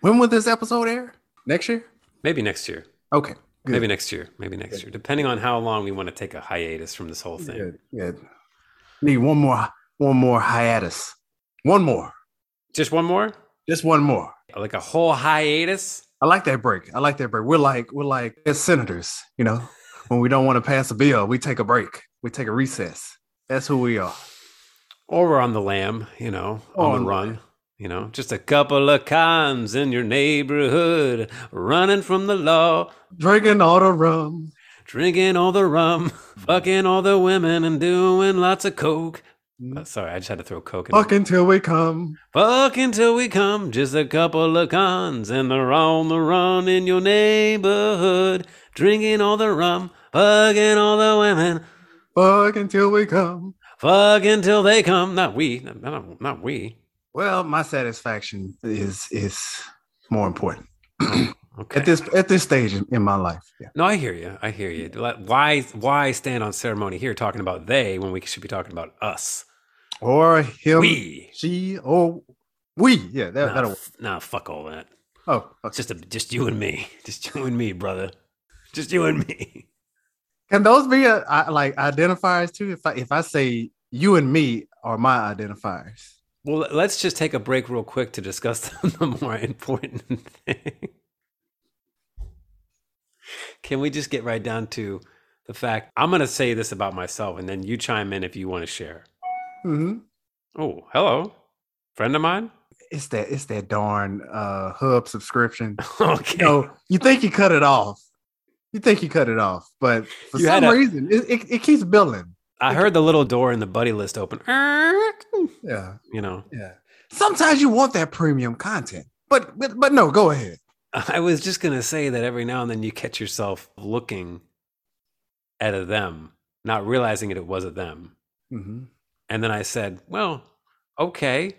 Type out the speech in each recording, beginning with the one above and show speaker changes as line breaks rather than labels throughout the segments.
When will this episode air? Next year?
Maybe next year.
Okay. Good.
Maybe next year. Maybe next year. Depending on how long we want to take a hiatus from this whole thing.
Good. Good. Need one more one more hiatus. One more.
Just one more?
Just one more.
Like a whole hiatus?
I like that break. I like that break. We're like we're like as senators, you know, when we don't want to pass a bill, we take a break. We take a recess. That's who we are.
Or we're on the lam, you know, on
On
the
the
run. You know, just a couple of cons in your neighborhood, running from the law,
Drinking all the rum.
drinking all the rum,
Mm-hmm.
fucking all the women, and doing lots of coke. Uh, sorry, I just had to throw coke in. there.
Mm-hmm. Fuck until we come.
Fuck until we come, just a couple of cons, and they're on the run in your neighborhood, drinking all the rum, fucking all the women,
Fuck until we come.
fuck until they come. Not we, not, not, not we.
Well, my satisfaction is is more important
Okay.
at this at this stage in, in my life. Yeah.
no, I hear you. I hear you. Like, Why, why stand on ceremony here talking about they when we should be talking about us?
Or him,
We.
she, or we. Um, E. Yeah, that,
Nah,
that'll.
f- nah, fuck all that.
Oh,
It's
okay.
just a, just you and me. Just you and me, brother. Just you and me.
can those be uh, I- like identifiers too? If I if I say you and me are my identifiers.
Well, let's just take a break real quick to discuss the more important thing. Can we just get right down to the fact? I'm going to say this about myself, and then you chime in if you want to share.
hmm
Oh, hello, friend of mine.
It's that it's that darn uh, hub subscription.
Okay,
You know, you think you cut it off. You think you cut it off, but for
You had
some
a-
reason it, it, it keeps building.
I heard the little door in the buddy list open. You
Yeah.
know,
Yeah. Sometimes you want that premium content, but but, but no, go ahead.
I was just going to say that every now and then you catch yourself looking at a them, not realizing it, it was a them. Mm-hmm. And then I said, well, okay.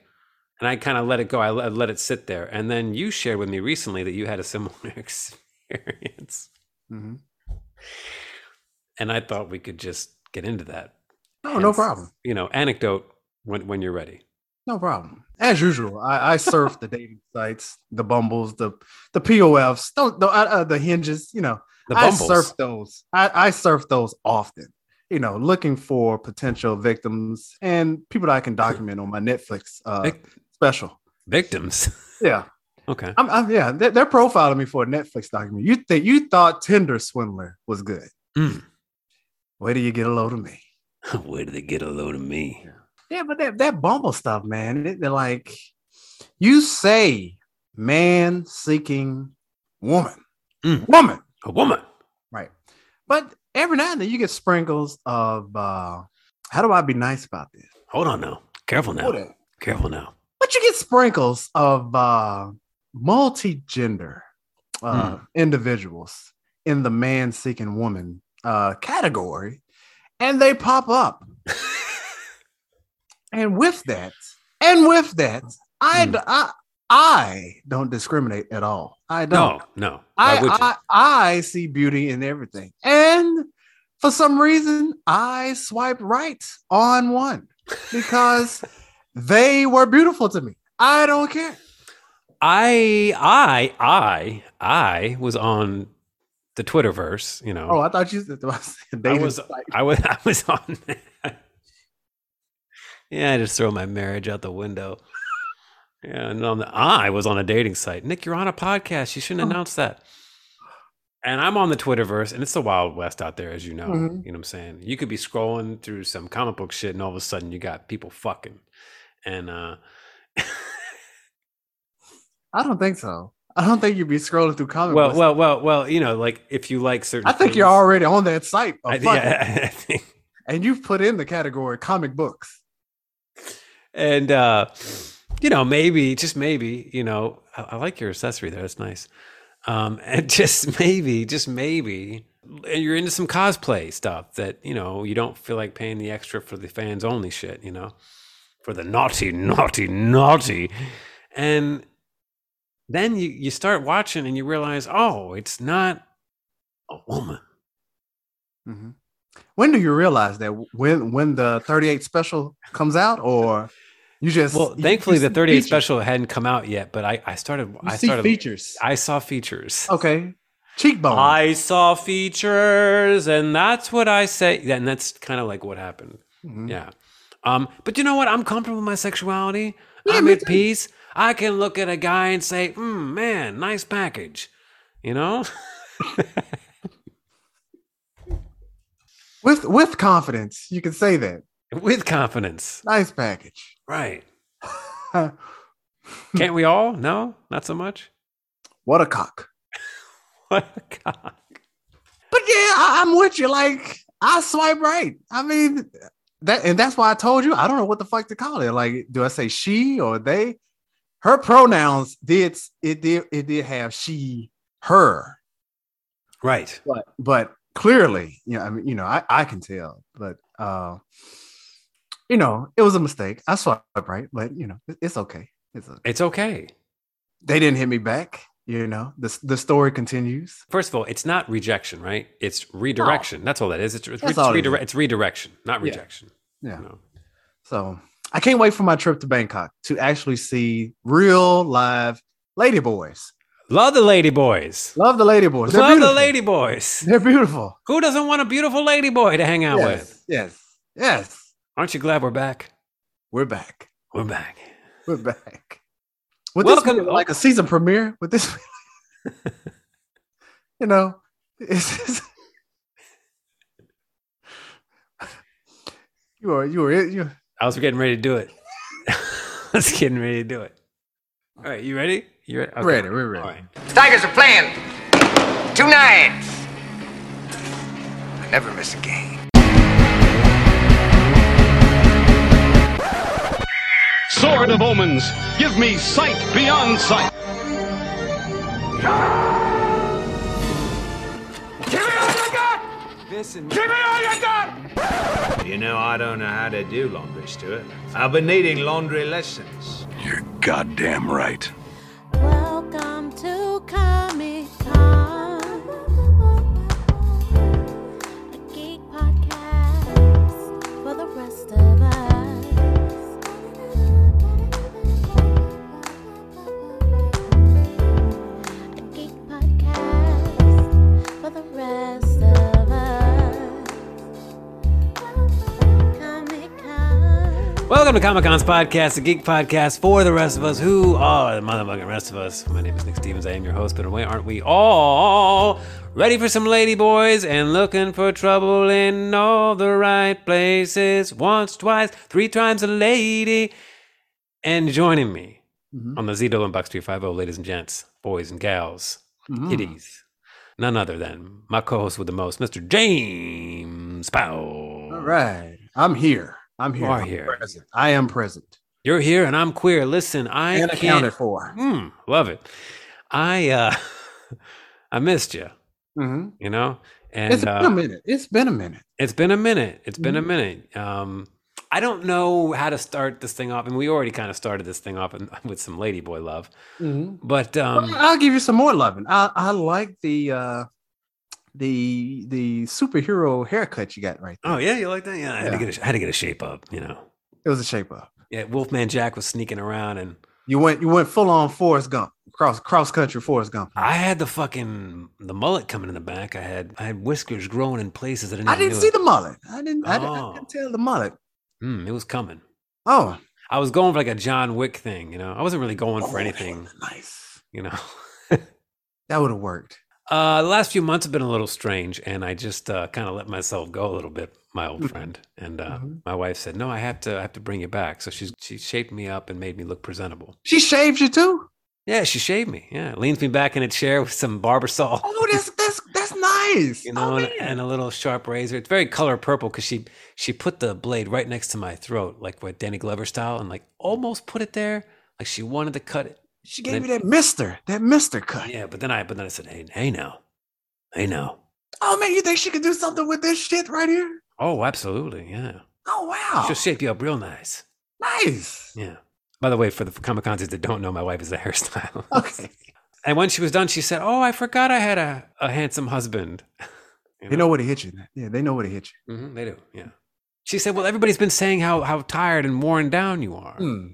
And I kind of let it go. I let, I let it sit there. And then you shared with me recently that you had a similar experience. Mm-hmm. And I thought we could just get into that.
Oh, No, no
Hence,
problem.
You know, anecdote when, when you're ready.
No problem. As usual, I, I surf the dating sites, the Bumbles, the the POFs, don't the, uh, the hinges. You know,
The
I
bumbles.
surf those. I, I surf those often. You know, looking for potential victims and people that I can document on my Netflix uh,
Vic-
special.
victims.
Yeah,
okay.
I'm, I'm, yeah, they're, they're profiling me for a Netflix document. You think you thought Tinder Swindler was good?
Mm.
Where do you get a load of me?
Where did they get a load of me?
Yeah, but that, that Bumble stuff, man, it- they're like, you say man seeking woman,
Mm.
woman,
A woman.
right? But every now and then you get sprinkles of, uh, how do I be nice about this?
Hold on now. Careful now.
Hold it.
Careful now.
But you get sprinkles of uh, multi gender uh,
Hmm.
individuals in the man seeking woman uh, category, and they pop up. and with that, and with that, I,
Hmm.
d- I, I don't discriminate at all. I don't.
No, no. Why would you?
I, I, I see beauty in everything. And for some reason, I swiped right on one because they were beautiful to me. I don't care.
I, I, I, I was on the Twitterverse, you know.
Oh, I thought you said
I
dating
was,
site.
I was, I was on. that. yeah, I just throw my marriage out the window. Yeah, and on the, I was on a dating site. Nick, you're on a podcast. You shouldn't
Oh.
announce that. And I'm on the Twitterverse, and it's the Wild West out there, as you know.
Mhm.
You know what I'm saying? You could be scrolling through some comic book shit, and all of a sudden you got people fucking. And uh,
I don't think so. I don't think you'd be scrolling through comic
well,
books.
well, well, well, you know, like if you like certain,
I think you're
things-
already on that site, of
I,
fucking,
yeah, I think
and you've put in the category comic books.
and uh you know maybe just maybe you know i, I like your accessory there that's nice um and just maybe just maybe and you're into some cosplay stuff that you know you don't feel like paying the extra for the fans only shit you know for the naughty naughty naughty and then you you start watching and you realize oh it's not a woman Mm-hmm.
When do you realize that? When when the 38 special comes out, or You just
Well, thankfully, the 38
features.
special hadn't come out yet, but I, I started.
You
I
see
started.
features.
I saw features.
okay, cheekbone.
I saw features, and that's what I say. Yeah, And that's kind of like what happened.
Mhm.
Yeah. Um, but you know what? I'm comfortable with my sexuality.
Yeah,
I'm
me
at
too.
peace. I can look at a guy and say, mm, man, nice package. You know?
with with confidence, you can say that.
With confidence.
Nice package.
Right.
Hmm.
Can't we all? No? Not so much?
what a cock.
What a cock.
But yeah, I, I'm with you. Like I swipe right. I mean that, and that's why I told you I don't know what the fuck to call it. Like, do I say she or they? Her pronouns did it did it did have she her,
Right.
but but clearly, you know, I mean, you know, I I can tell, but uh, you know, it was a mistake. I swipe right, but you know, it- it's okay. It's okay.
It's okay.
They didn't hit me back. You know, the the story continues.
First of all, it's not rejection, right? It's redirection. That's all that is. It's, it's,
Oh. That's
it's,
all it
redire- it's redirection, not
Yeah.
rejection.
Yeah.
No.
So I can't wait for my trip to Bangkok to actually see real live lady boys.
Love the lady boys.
Love the lady boys. They're
Love
beautiful.
the lady boys.
They're beautiful.
Who doesn't want a beautiful lady boy to hang out with?
Yes, yes, yes.
Aren't you glad we're back?
We're back.
We're back.
We're back. Would this
Welcome-
be like a season premiere? With this, be- you know, it's, it's- you are you are you.
I was getting ready to do it. I was getting ready to do it. All right, you ready? You ready? Okay.
Ready, we're ready.
All right.
Tigers are playing tonight. I never miss a game.
Sword of Omens, give me sight beyond sight.
You know, I don't know how to do laundry, Stuart. I've been needing laundry lessons.
You're goddamn right.
Welcome to Comic Con, a geek podcast for the rest of us. A geek podcast for the rest of us. Comic Con.
Welcome to Comic Con's podcast, the geek podcast for the rest of us who are the motherfucking rest of us. My name is Nick Stevens. I am your host, but away aren't we all ready for some lady boys and looking for trouble in all the right places? Once, twice, three times a lady. And joining me
Mm-hmm.
on the Zito and Bucks 350, ladies and gents, boys and gals,
Mm-hmm. Mm.
kiddies, none other than my co host with the most, Mr. James Powell.
All right, I'm here. I'm here.
You are
I'm
here.
Present. I am present
You're here and I'm queer. Listen, I
and
can't.
accounted for.
Mm, love it. I uh, I missed you.
Mhm.
You know, Mm-hmm. and
It's been a Mm-hmm.
uh,
minute. It's been a minute.
it's been a minute. It's been a minute. Um, I don't know how to start this thing off, and we already kind of started this thing off in, with some ladyboy love, but um,
I'll give you some more loving. I, I like the uh the the superhero haircut you got right there.
oh yeah, you like that? Yeah, I had to
Yeah.
get a, I had to get a shape up. You know,
It was a shape up.
yeah. Wolfman Jack was sneaking around, and
You went you went full on Forrest Gump, cross cross country Forrest Gump.
I had the fucking the mullet coming in the back. I had I had whiskers growing in places that I didn't.
I
even
didn't
knew
see
it.
the mullet. I didn't I, didn't- I
Oh.
couldn't tell the mullet.
Mm, it was coming.
Oh,
I was going for like a John Wick thing, you know. I wasn't really going for anything,
nice.
you know.
That would have worked.
Uh, the last few months have been a little strange, and I just uh, kind of let myself go a little bit, my old friend. And uh,
Mhm.
my wife said, "No, I have to, I have to bring you back." So she's she shaped me up and made me look presentable.
She shaved you too?
Yeah, she shaved me. Yeah, leans me back in a chair with some barber salt,
Oh, that's that's that's nice.
you know,
oh,
and,
man.
and a little sharp razor. It's very color purple because she she put the blade right next to my throat, like what Danny Glover style, and like almost put it there. Like she wanted to cut it.
she gave me that mister, that mister cut.
Yeah, but then I but then I said, hey, hey now, hey now.
Oh man, you think she could do something with this shit right here?
Oh, absolutely, yeah.
Oh wow.
She'll shape you up real nice.
nice.
Yeah. By the way, for the Comic Consies that don't know, my wife is a hairstylist.
Okay.
And when she was done, she said, "Oh, I forgot I had a, a handsome husband."
They know where to hit you. Yeah, they know where to hit you.
hmm they Mm-hmm, do. Yeah. She said, "Well, everybody's been saying how how tired and worn down you are."
Hmm.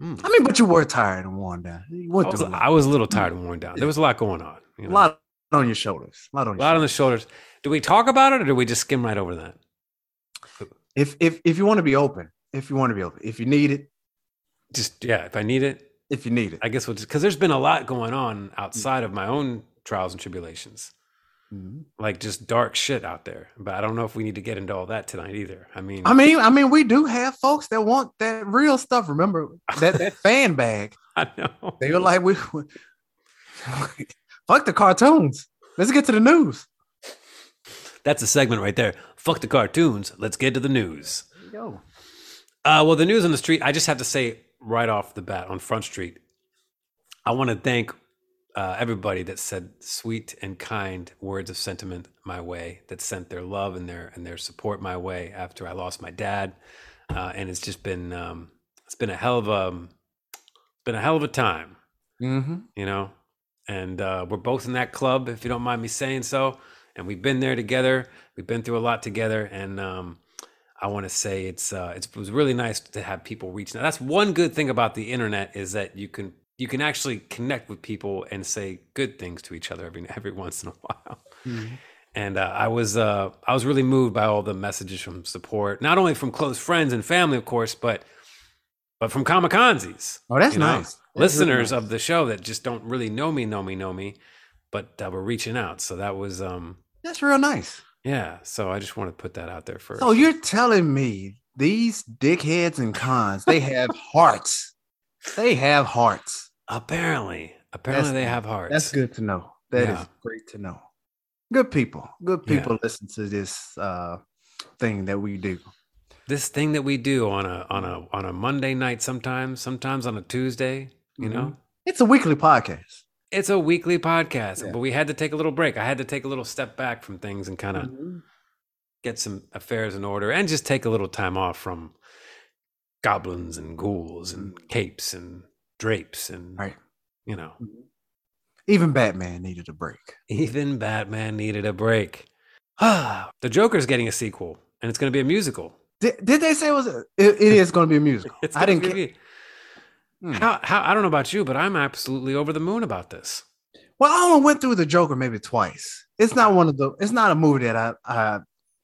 Hmm.
I mean, but you were tired and worn down. You
I
went
was,
through a lot,
I was a little tired and worn down. There was a lot going on. you
A
know?
lot on your shoulders. A lot on
a
your
lot on the
shoulders.
shoulders. Do we talk about it, or do we just skim right over that?
if if if you want to be open, if you want to be open, if you need it,
Just yeah, if I need it,
if you need it,
I guess we'll just because there's been a lot going on outside of my own trials and tribulations,
Mhm.
like just dark shit out there. But I don't know if we need to get into all that tonight either. I mean,
I mean, I mean, we do have folks that want that real stuff. Remember that that fan bag?
I know.
They were like, we, we- fuck the cartoons. Let's get to the news.
That's a segment right there. Fuck the cartoons. Let's get to the news.
Yo,
Uh, well, the news on the street, I just have to say right off the bat on Front Street, I want to thank uh, everybody that said sweet and kind words of sentiment my way, that sent their love and their and their support my way after I lost my dad, uh, and it's just been um, it's been a hell of a been a hell of a time
mm-hmm.
you know and uh, we're both in that club if you don't mind me saying so and we've been there together we've been through a lot together and um, i want to say it's, uh, it's it was really nice to have people reach now that's one good thing about the internet is that you can you can actually connect with people and say good things to each other every every once in a while and uh, I was uh, I was really moved by all the messages from support, not only from close friends and family, of course, but but from kamikazes.
Oh, that's
you know?
nice. That's really
Listeners
nice.
of the show that just don't really know me, know me, know me, but uh, were reaching out. So that was um
that's real nice.
yeah. So I just want to put that out there first.
So Oh, you're telling me these dickheads and cons they have hearts. They have hearts.
apparently apparently
That's-
they have hearts.
That's good to know. That is
Yeah.
great to know. Good people. Good
Yeah.
people listen to this uh, thing that we do.
This thing that we do on a on a on a Monday night sometimes, sometimes on a Tuesday, you
Mhm.
know.
It's a weekly podcast.
It's a weekly podcast,
Yeah.
but we had to take a little break. I had to take a little step back from things and kind of
Mm-hmm.
get some affairs in order and just take a little time off from goblins and ghouls and capes and drapes and
Right.
you know
Even Batman needed a break.
even batman needed a break ah the joker's getting a sequel and it's going to be a musical
Did, did they say it was? A, it, it is going to be a musical.
it's
I
gonna
didn't. Ca- hmm.
be- how, how i don't know about you but i'm absolutely over the moon about this
well, I only went through the Joker maybe twice. It's not one of the. It's not a movie that I I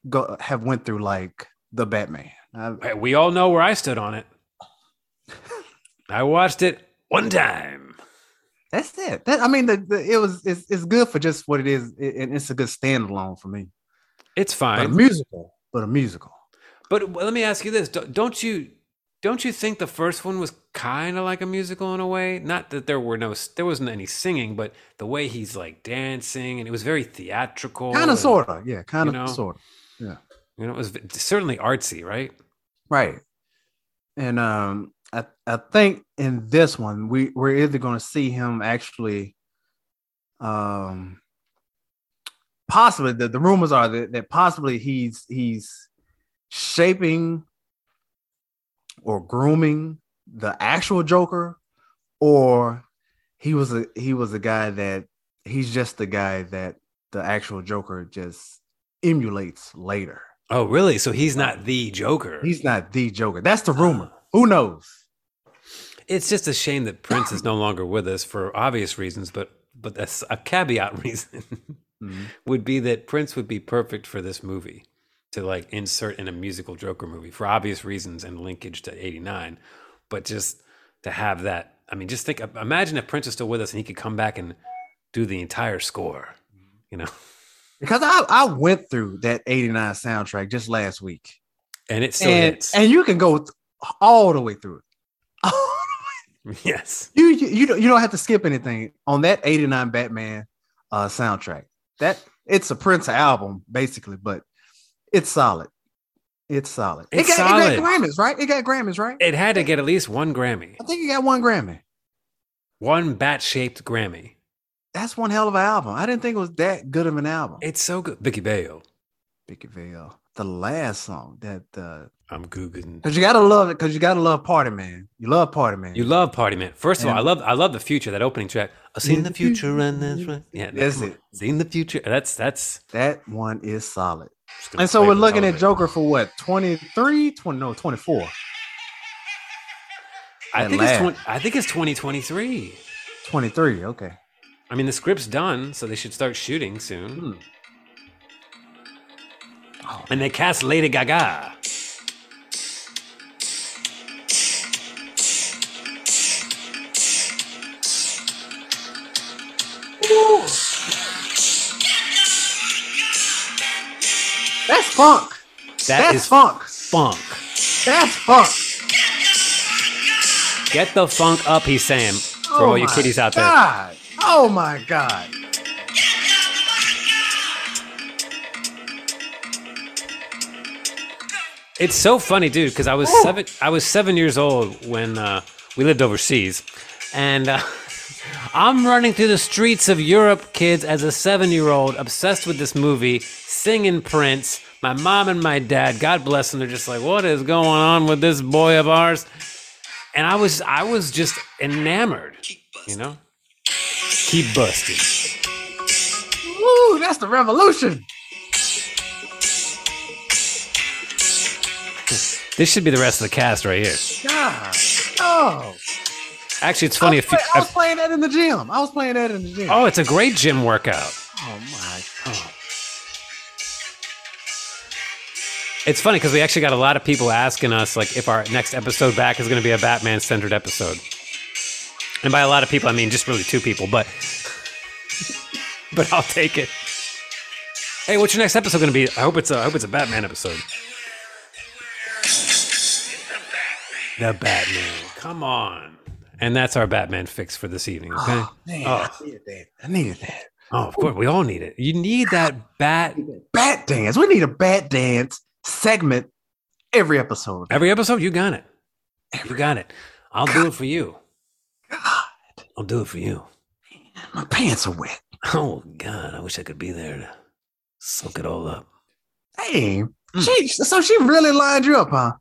go have went through like the Batman. I,
Hey, we all know where i stood on it i watched it one time
that's it. That, I mean, the, the, it was. It's, it's good for just what it is, it- and it's a good standalone for me.
it's
But a
fine
musical. But a musical.
But let me ask you this: Don't- Don't you don't you think the first one was kind of like a musical in a way? Not that there were no there wasn't any singing, but the way he's like dancing and it was very theatrical.
Kind of,
and,
sort of. Yeah. Kind of,
know.
sort of.
You know, it was v- certainly artsy, right?
Right. And um I, I think in this one we we're either going to see him actually um possibly the, the rumors are that, that possibly he's he's shaping or grooming the actual Joker or he was a he was a guy that he's just the guy that the actual Joker just emulates later.
Oh, really? So he's not the Joker.
He's not the Joker. That's the rumor. Who knows?
it's just a shame that Prince is no longer with us for obvious reasons, but but that's a caveat reason would be that Prince would be perfect for this movie to like insert in a musical Joker movie for obvious reasons and linkage to 89, but just to have that. I mean, just think imagine if Prince was still with us and he could come back and do the entire score, you know,
Because I, I went through that 89 soundtrack just last week.
and it still
And,
hits.
and you can go th- all the way through it.
yes.
you, you, you, don't, you don't have to skip anything on that 89 Batman uh, soundtrack. That It's a Prince album, basically, but it's solid. It's solid.
It's
it, got, it
solid.
got Grammys, right? It got Grammys, right?
It had to get at least one Grammy,
I think it got one Grammy.
one bat shaped Grammy.
That's one hell of an album. I didn't think it was that good of an album.
It's so good. Vicky Bayo.
Vicky Vale. The last song that uh,
I'm googling.
Cause you gotta love it. Cause you gotta love Party Man. You love Party Man.
You love Party Man. First of all,
Yeah.
I love I love the future. That opening track. I've seen the future and that's right. Yeah,
That's
come on.
it.
Seen the future. That's that's.
that one is solid.
just gonna
And so
play
we're
for the
looking
hell of
at
it.
Joker for what 23, 20, no 24,
I
that
think it's
laugh.
20, I think it's 2023.
23. Okay.
I mean, the script's done, so they should start shooting soon.
Hmm.
Oh. And they cast Lady Gaga.
That's funk.
That
That's
is
funk.
funk.
That's funk.
Get the funk up, he's saying. For all you
Oh my
kiddies out there.
God. Oh my God.
It's so funny, dude, because I was seven I was seven years old when uh, we lived overseas. And uh, I'm running through the streets of Europe, kids, as a seven year old, obsessed with this movie, singing Prince. My mom and my dad, God bless them, they're just like, what is going on with this boy of ours? And I was I was just enamored. You know? Keep busting.
Woo, that's the revolution.
This should be the rest of the cast right here.
God. Oh.
Actually, it's funny.
I, was
If you,
play- I was playing that in the gym. I was playing that in the gym.
oh, it's a great gym workout.
Oh my God.
It's funny because we actually got a lot of people asking us like if our next episode back is going to be a Batman centered episode. And by a lot of people, I mean just really two people, but but I'll take it. Hey, what's your next episode going to be? I hope it's a, I hope it's a Batman episode. The Batman. Come on. And that's our Batman fix for this evening. Okay.
Man,
Oh.
I needed that. I needed that.
Oh, of course, we all need it. You need that bat
Bat dance. We need a bat dance segment every episode.
Every episode, you got it. You got it. I'll do it for you.
God,
I'll do it for you.
my pants are wet.
Oh God, I wish I could be there to soak it all up.
Dang.
Mm.
She, so she really lined you up, huh?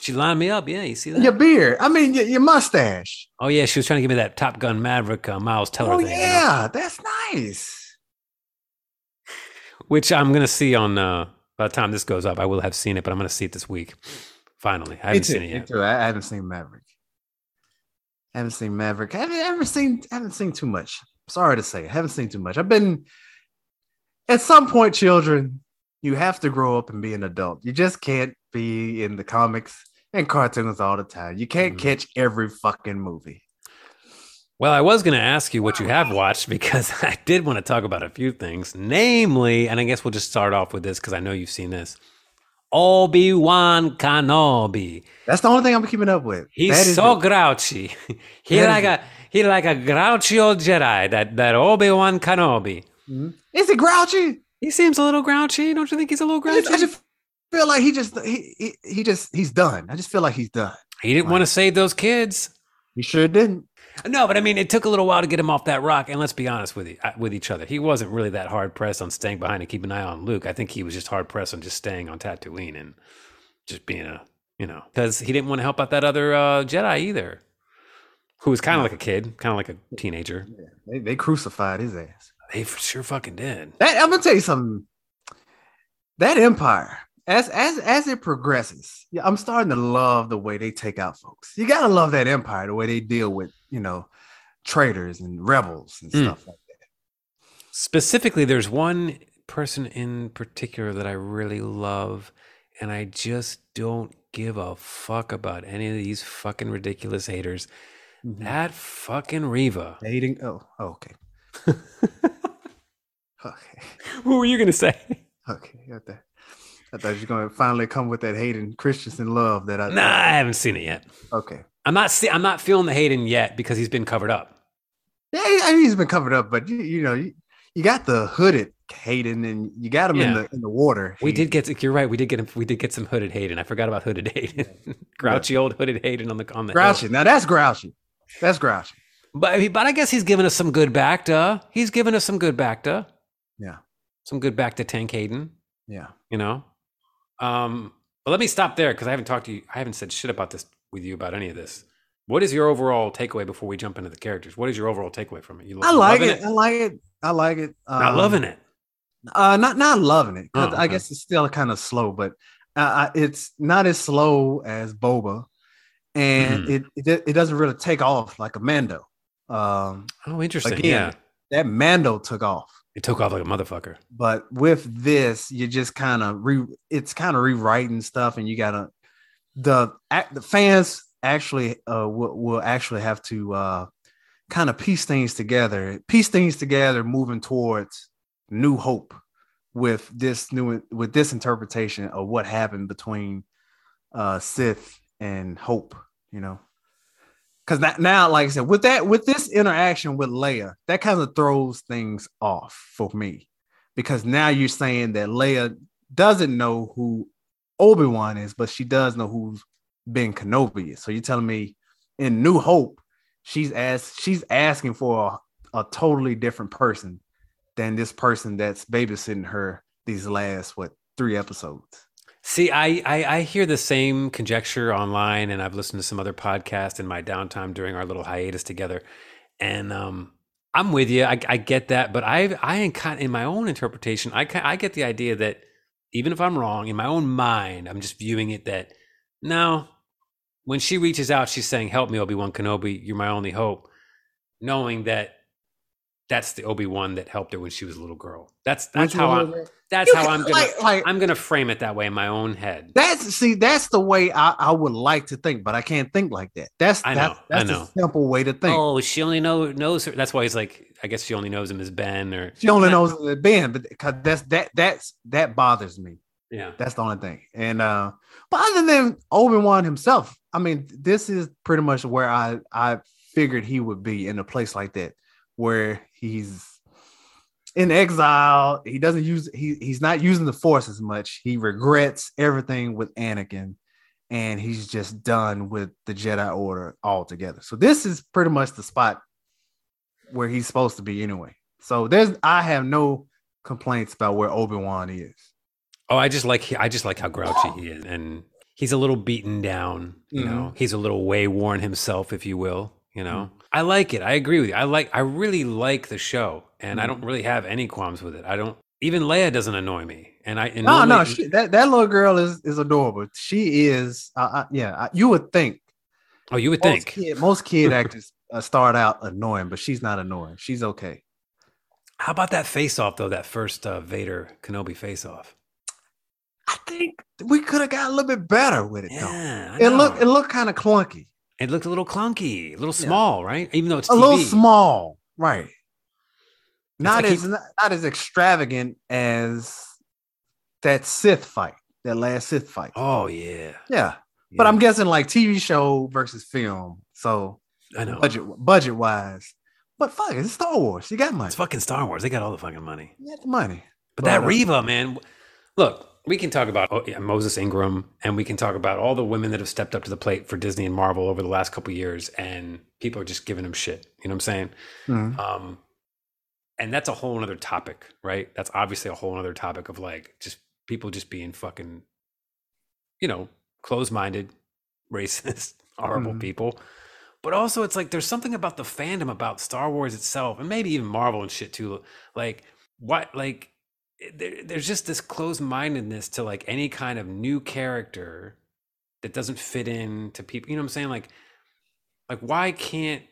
She lined me up. Yeah, you see that?
Your beard. I mean, your, your mustache.
Oh yeah, she was trying to give me that Top Gun Maverick uh, Miles Teller
Oh,
thing, you know,
yeah. That's nice.
which I'm gonna see on. Uh, by the time this goes up, I will have seen it, but I'm gonna see it this week. Finally,
Me
I haven't
too,
seen it
me
yet.
too. I, I haven't seen Maverick. I haven't seen Maverick. I haven't, I haven't seen. I haven't seen too much. Sorry to say, I haven't seen too much. I've been. At some point, children, you have to grow up and be an adult. You just can't be in the comics and cartoons all the time. You can't
Mhm.
catch every fucking movie.
Well, I was going to ask you what you have watched because I did want to talk about a few things, namely, and I guess we'll just start off with this because I know you've seen this. Obi Wan Kenobi.
That's the only thing I'm keeping up with. That
He's
is
so
it.
grouchy. He
That is
like
it.
a he like a grouchy old Jedi. That that Obi Wan Kenobi.
Is he grouchy?
He seems a little grouchy. Don't you think he's a little
I just, I
grouchy?
just feel like he just he, he he just he's done. I just feel like he's done.
He didn't want to save those kids.
He sure didn't.
No, but I mean, it took a little while to get him off that rock. And let's be honest with you, uh, with each other, he wasn't really that hard pressed on staying behind and keeping an eye on Luke. I think he was just hard pressed on just staying on Tatooine and just being a, you know, because he didn't want to help out that other uh, Jedi either, who was kind of like a kid, kind of like a teenager.
They, they crucified his ass.
They f- sure fucking did.
That, I'm gonna tell you something. That empire, as as as it progresses, yeah, I'm starting to love the way they take out folks. You gotta love that empire, the way they deal with you know traitors and rebels and
Mm.
stuff like that.
Specifically, there's one person in particular that I really love, and I just don't give a fuck about any of these fucking ridiculous haters. That fucking Reva.
Dating. Oh, oh, okay. okay.
Who were you gonna say?
Okay. I thought, I thought you were gonna finally come with that Hayden Christensen love that I.
Nah, I haven't seen it yet.
Okay.
I'm not. See, I'm not feeling the Hayden yet because he's been covered up.
Yeah, he- I mean, he's been covered up, but you, you know, you, you got the hooded Hayden, and you got him
Yeah.
in the in the water.
We
He-
did get. You're right. We did get. him- We did get some hooded Hayden. I forgot about hooded Hayden. Grouchy old hooded Hayden on the on the hill.
grouchy. Now that's grouchy. That's grouchy.
But he- but I guess he's given us some good back to. He's given us some good back to.
Yeah.
Some good back to Tank Hayden.
Yeah.
You know. Um. But let me stop there because I haven't talked to you. I haven't said shit about this with you about any of this. What is your overall takeaway before we jump into the characters? What is your overall takeaway from it? You
I like
loving
it. I like it. I like it. Um,
Not loving it.
Uh, not not loving it. 'cause
Oh,
I
okay.
guess it's still kind of slow, but uh, I- it's not as slow as Boba,
Hmm.
and it, it do- it doesn't really take off like a Mando. Um,
Oh, interesting.
again,
Yeah,
that Mando took off,
it took off like a motherfucker.
but with this, you just kind of re. It's kind of rewriting stuff, and you gotta the ac- the fans actually uh will, will actually have to uh kind of piece things together piece things together moving towards new hope with this new with this interpretation of what happened between uh sith and hope you know because that now like i said with that with this interaction with leia that kind of throws things off for me because now you're saying that leia doesn't know who Obi Wan is, but she does know who's Ben Kenobi is. So you're telling me in New Hope, she's asked she's asking for a, a totally different person than this person that's babysitting her these last what three episodes.
See, I, I I hear the same conjecture online, and I've listened to some other podcasts in my downtime during our little hiatus together, and um, I'm with you. I, I get that, but I I ain't kind in my own interpretation. I ki- I get the idea that even if I'm wrong in my own mind, I'm just viewing it that no, when she reaches out, she's saying, "Help me, Obi Wan Kenobi. You're my only hope," knowing that. That's the Obi Wan that helped her when she was a little girl. That's that's how I'm. That's
You
how
can-
I'm gonna.
like- like-
I'm gonna frame it that way in my own head.
That's see, that's the way I, I would like to think, but I can't think like that. That's
I
that's,
know, I
that's
know.
a simple way to think.
Oh, she only know, knows her. That's why he's like, I guess she only knows him as Ben or
She only knows the Ben, but because that's that that's that bothers me.
yeah.
That's the only thing. And uh but other than Obi Wan himself, I mean, this is pretty much where I I figured he would be in a place like that, where he's in exile. He doesn't use he he's not using the force as much. He regrets everything with Anakin, and he's just done with the Jedi Order altogether. So this is pretty much the spot where he's supposed to be anyway. So there's I have no complaints about where Obi Wan is.
Oh, I just like I just like how grouchy he is, and he's a little beaten down. You
Mm-hmm.
know, he's a little wayworn himself, if you will. You
Mm.
know, I like it. I agree with you. I like. I really like the show, and
Mm-hmm.
I don't really have any qualms with it. I don't. Even Leia doesn't annoy me, and I. And
No, no,
normally-
she, that that little girl is is adorable. She is, uh, uh, yeah. I, you would think
oh, you would
most
think.
kid, most kid actors uh, start out annoying, but she's not annoying. She's okay.
How about that face off though? That first uh, Vader Kenobi face off.
I think we could have got a little bit better with it
Yeah, I
though. It looked
know.
it looked kind of clunky,
It looked a little clunky, a little small, right? Even though it's
a little
TV.
small, right? Not
like he-
as not, not as extravagant as that Sith fight, that last Sith fight.
Oh yeah,
Yeah, but
Yeah.
I'm guessing like TV show versus film, so.
I know.
budget budget wise. But fuck, it's Star Wars. You got money.
It's fucking Star Wars. They got all the fucking money.
You got money. But,
But that
uh,
Reva, man. Look, we can talk about oh, yeah, Moses Ingram, and we can talk about all the women that have stepped up to the plate for Disney and Marvel over the last couple of years, and people are just giving them shit. You know what I'm saying?
Mhm.
Um, and that's a whole other topic, right? That's obviously a whole other topic of like just people just being fucking, you know, closed minded, racist, horrible
Mhm.
people. But also, it's like there's something about the fandom about Star Wars itself, and maybe even Marvel and shit too. Like, what, like, it- there, there's just this closed mindedness to like any kind of new character that doesn't fit in to people. You know what I'm saying? Like, like why can't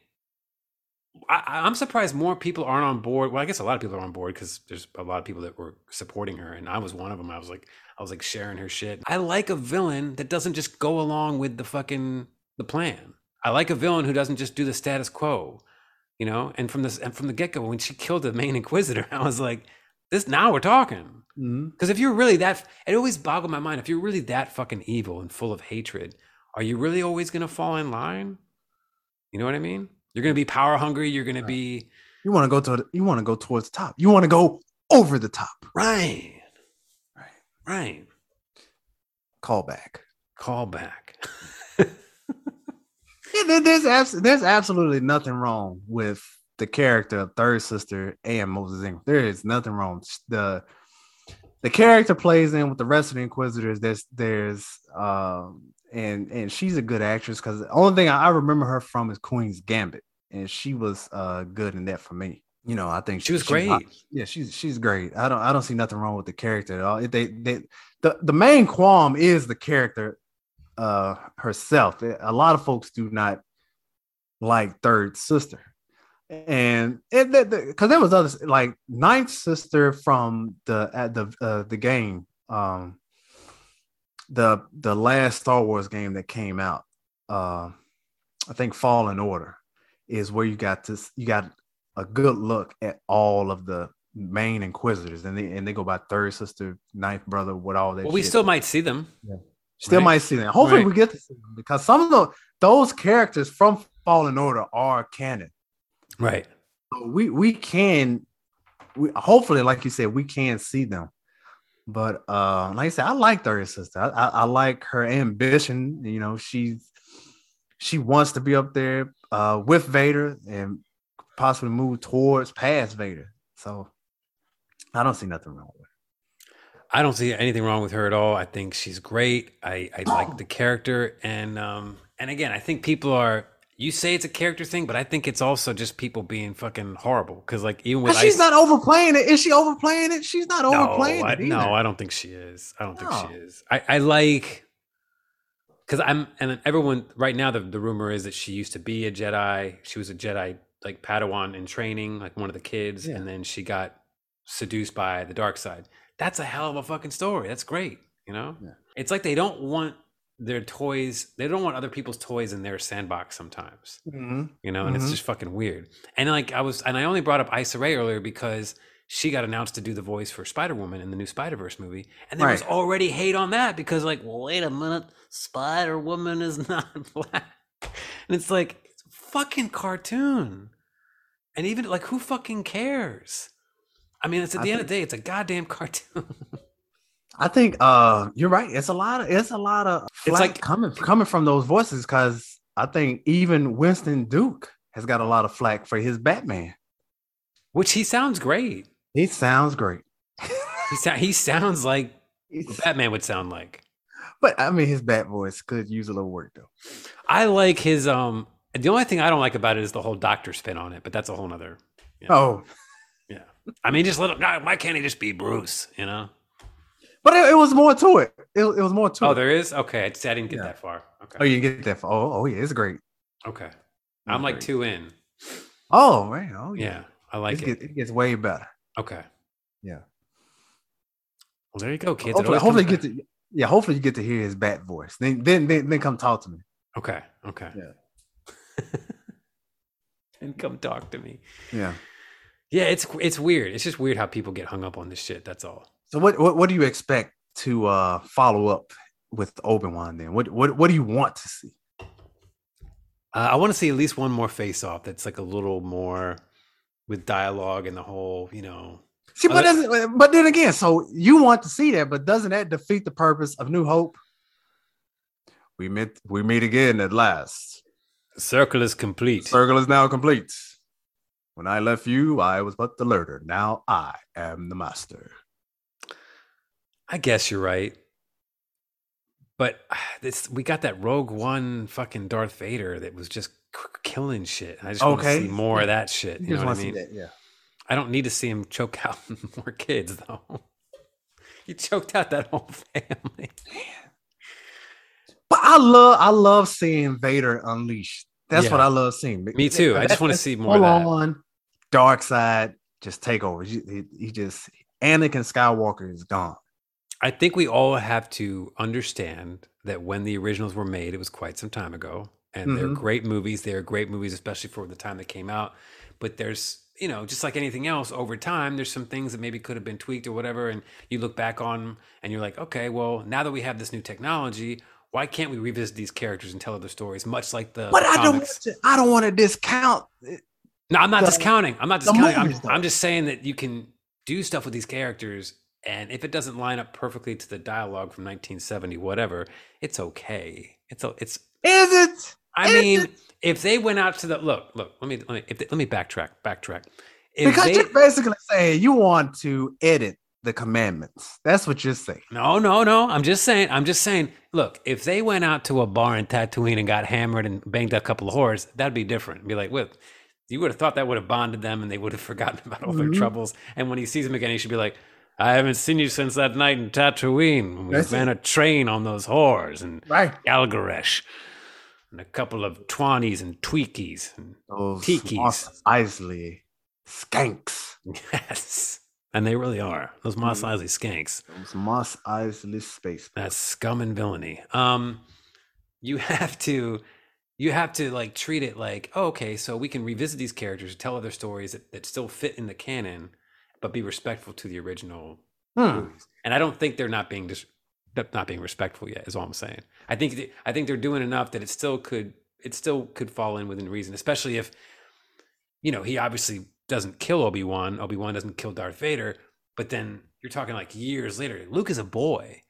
I, I- I'm surprised more people aren't on board. Well, I guess a lot of people are on board because there's a lot of people that were supporting her, and I was one of them. I was like, I was like sharing her shit. I like a villain that doesn't just go along with the fucking the plan. I like a villain who doesn't just do the status quo, you know. And from this and from the get go, when she killed the main inquisitor, I was like, this now we're talking.
Mhm.
Because if you're really that, it always boggled my mind. If you're really that fucking evil and full of hatred, are you really always going to fall in line? You know what I mean? You're going to be power hungry. You're going to be
You want to go to the- you want to go towards the top. You want to go over the top.
right, right, right.
Call back.
Call back.
Yeah, there- there's abs- there's absolutely nothing wrong with the character of Third Sister and Moses Ingram. There is nothing wrong. The the character plays in with the rest of the Inquisitors. There's there's um and and she's a good actress because the only thing I, I remember her from is Queen's Gambit, and she was uh good in that for me. You know, I think
She was great.
yeah, she's she's great. I don't I don't see nothing wrong with the character at all. If They they the, the main qualm is the character uh herself. A lot of folks do not like third sister. And it because there was others like ninth sister from the at the uh, the game, um the the last Star Wars game that came out. Uh, I think Fallen Order is where you got this you got a good look at all of the main inquisitors and they and they go by third sister ninth brother what all that
Well, we
shit.
still might see them.
still
right.
might see them hopefully
Right.
we get to see them because some of the those characters from fallen order are canon
Right.
so we we can we, hopefully like you said we can see them but uh like i said i like third sister I, I, I like her ambition you know she's she wants to be up there uh with vader and possibly move towards past vader so i don't see nothing wrong with
I don't see anything wrong with her at all. I think she's great. I, I like the character, and um, and again, I think people are. You say it's a character thing, but I think it's also just people being fucking horrible. Because like even
it
with
And she's
Ice-
not overplaying it is she overplaying it she's not
no,
overplaying
I,
it either.
no, I don't think she is. I don't think she
No.
is. I, I like because I'm and everyone right now. The, the rumor is that she used to be a Jedi. She was a Jedi like Padawan in training, like one of the kids, and then she got seduced by the dark side. That's a hell of a fucking story. That's great. You know,
Yeah.
it's like they don't want their toys. They don't want other people's toys in their sandbox sometimes
Mhm.
you know, and
Mhm.
it's just fucking weird. And like I was, and I only brought up Issa Rae earlier because she got announced to do the voice for Spider Woman in the new Spider Verse movie, and there was
Right.
already hate on that because like, well, wait a minute, Spider Woman is not black, and it's like it's a fucking cartoon, and even like who fucking cares? I mean, it's at
I
the end of the day, it's a goddamn cartoon.
I think uh you're right. It's a lot of it's a lot of flack
like-
coming coming from those voices because I think even Winston Duke has got a lot of flack for his Batman.
Which he sounds great.
He sounds great.
He sound, he sounds like
He's-
what Batman would sound like.
but I mean his bat voice could use a little work though.
I like his um the only thing I don't like about it is the whole doctor spin on it, but that's a whole nother Yeah.
Oh,
I mean just let him nah, why can't he just be Bruce, you know?
but it, it was more to it. It, it was more to
Oh
it.
there is? Okay, I, just, I didn't get
Yeah.
that far. Okay.
Oh, you get that? for- Oh, oh yeah, it's great.
Okay. I'm like two in.
Oh man, oh yeah,
Yeah. I
it,
like it.
Gets, it gets way better.
Okay.
Yeah.
Well there you go, kids. It
Hopefully,
always
hopefully you
comes
get to yeah. Hopefully you get to hear his bat voice. Then then then, then come talk to me.
back. Okay. Okay. and come talk to me.
Yeah.
Yeah, it's it's weird. It's just weird how people get hung up on this shit. That's all.
So what what, what do you expect to uh, follow up with Obi Wan then? What what what do you want to see?
Uh, I want to see at least one more face off that's like a little more with dialogue and the whole, you know,
See, but
Other-
doesn't- but then again, so you want to see that, but doesn't that defeat the purpose of New Hope? We meet we meet again at last.
circle is complete.
Circle is now complete. When I left you, I was but the learner. Now I am the master.
I guess you're right. But ah, this we got that Rogue One fucking Darth Vader that was just k- killing shit. I just want to
Okay.
see more of that shit. You,
You just
know what
want
I
to
mean?
see that, yeah.
I don't need to see him choke out more kids though. he choked out that whole family.
But I love I love seeing Vader unleashed. That's
Yeah.
what I love seeing.
Me too. I just wanna see more of that.
on dark side, just take over. He, he- he just Anakin Skywalker is gone.
I think we all have to understand that when the originals were made, it was quite some time ago, and they're
Mhm.
great movies. They are great movies, especially for the time they came out. But there's, you know, just like anything else, over time, there's some things that maybe could have been tweaked or whatever. And you look back on 'em and you're like, okay, well, now that we have this new technology, why can't we revisit these characters and tell other stories, much like the
But I don't want
comics?
to, I don't want to discount.
No, I'm not
the-
discounting. I'm not
the
discounting. I'm,
movies, though.
I'm just saying that you can do stuff with these characters, and if it doesn't line up perfectly to the dialogue from 1970, whatever, it's okay. It's o- it's.
Is it?
I
Is
mean, if they went out to the look, look. Let me let me if they, let me backtrack, backtrack. If
Because
they,
you're basically saying you want to edit the commandments. That's what you're saying.
No, no, no. I'm just saying. I'm just saying. Look, if they went out to a bar in Tatooine and got hammered and banged a couple of whores, that'd be different. Be like, well, you would have thought that would have bonded them and they would have forgotten about all their
Mm-hmm.
troubles. And when he sees them again, he should be like, I haven't seen you since that night in Tatooine when we
That's
ran a train on those whores and
Right.
Algaresh and a couple of Twannies and Tweakies. And
Those
Tikis.
Moss Isley skanks.
yes. And they really are. Those
Mm-hmm.
Mos Eisley skanks.
Those Moss Isley space.
That's scum and villainy. Um, you have to, you have to like treat it like, oh, okay, so we can revisit these characters, tell other stories that, that still fit in the canon, but be respectful to the original
Hmm.
movies. And I don't think they're not being dis- they're not being respectful yet. Is all I'm saying. I think th- I think they're doing enough that it still could it still could fall in within reason, especially if you know he obviously doesn't kill Obi Wan. Obi Wan doesn't kill Darth Vader, but then you're talking like years later. Luke is a boy.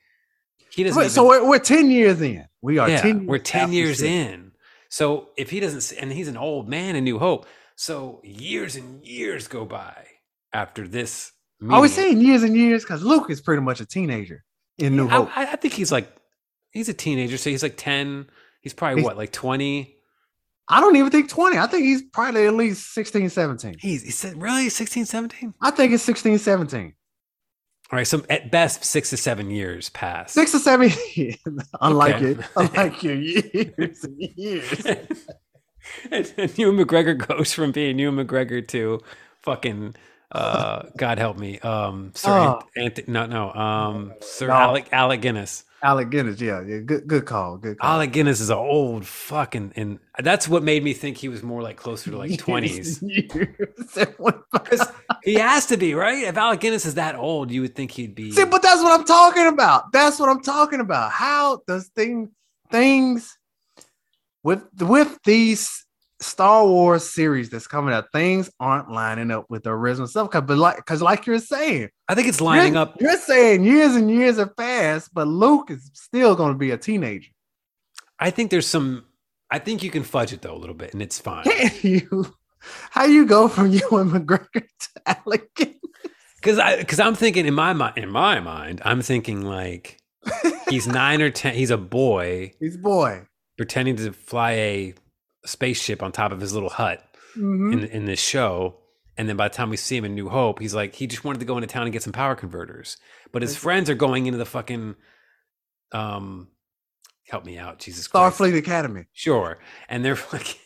He doesn't.
Wait, so
even-
we're, we're 10 years in. We are
yeah,
10 years
we're 10
after
years
Sith.
in. So if he doesn't, s- and he's an old man in New Hope, so years and years go by after this.
Are we
meeting.
saying years and years? Because Luke is pretty much a teenager in New Hope.
I, I- I think he's like he's a teenager, so he's like ten. He's probably
He's-
what like twenty.
I don't even think 20. I think he's probably at least 16, 17.
He's he said really 16, 17?
I think it's 16, 17.
All right, so at best six to seven years pass.
Six or seven years. unlike
Okay.
it. Unlike your years and years.
and, and Ewan McGregor goes from being Ewan McGregor to fucking uh God help me. Um Sir
Oh.
Ant- Ant- no no um Sir
No.
Alec Alec Guinness.
Alec Guinness, yeah, yeah. Good good call. Good call.
Alec Guinness is an old fucking and that's what made me think he was more like closer to like
Years
twenties.
and years and what-
Because he has to be, right? If Alec Guinness is that old, you would think he'd be.
See, but that's what I'm talking about. That's what I'm talking about. How does thing things with with these Star Wars series that's coming out, things aren't lining up with the original stuff. Cause, but like, cause like you're saying,
I think it's lining
you're,
up.
You're saying years and years have passed, but Luke is still going to be a teenager.
I think there's some. I think you can fudge it though a little bit, and it's fine.
Can you? How you go from you and McGregor to Alec? Guinness?
Because I because I'm thinking in my mind in my mind I'm thinking like he's nine or ten. He's a boy
He's boy.
pretending to fly a spaceship on top of his little hut
Mhm.
in in this show. And then by the time we see him in New Hope, he's like he just wanted to go into town and get some power converters. But his friends are going into the fucking um help me out, Jesus Christ.
Starfleet Academy.
Sure. And they're fucking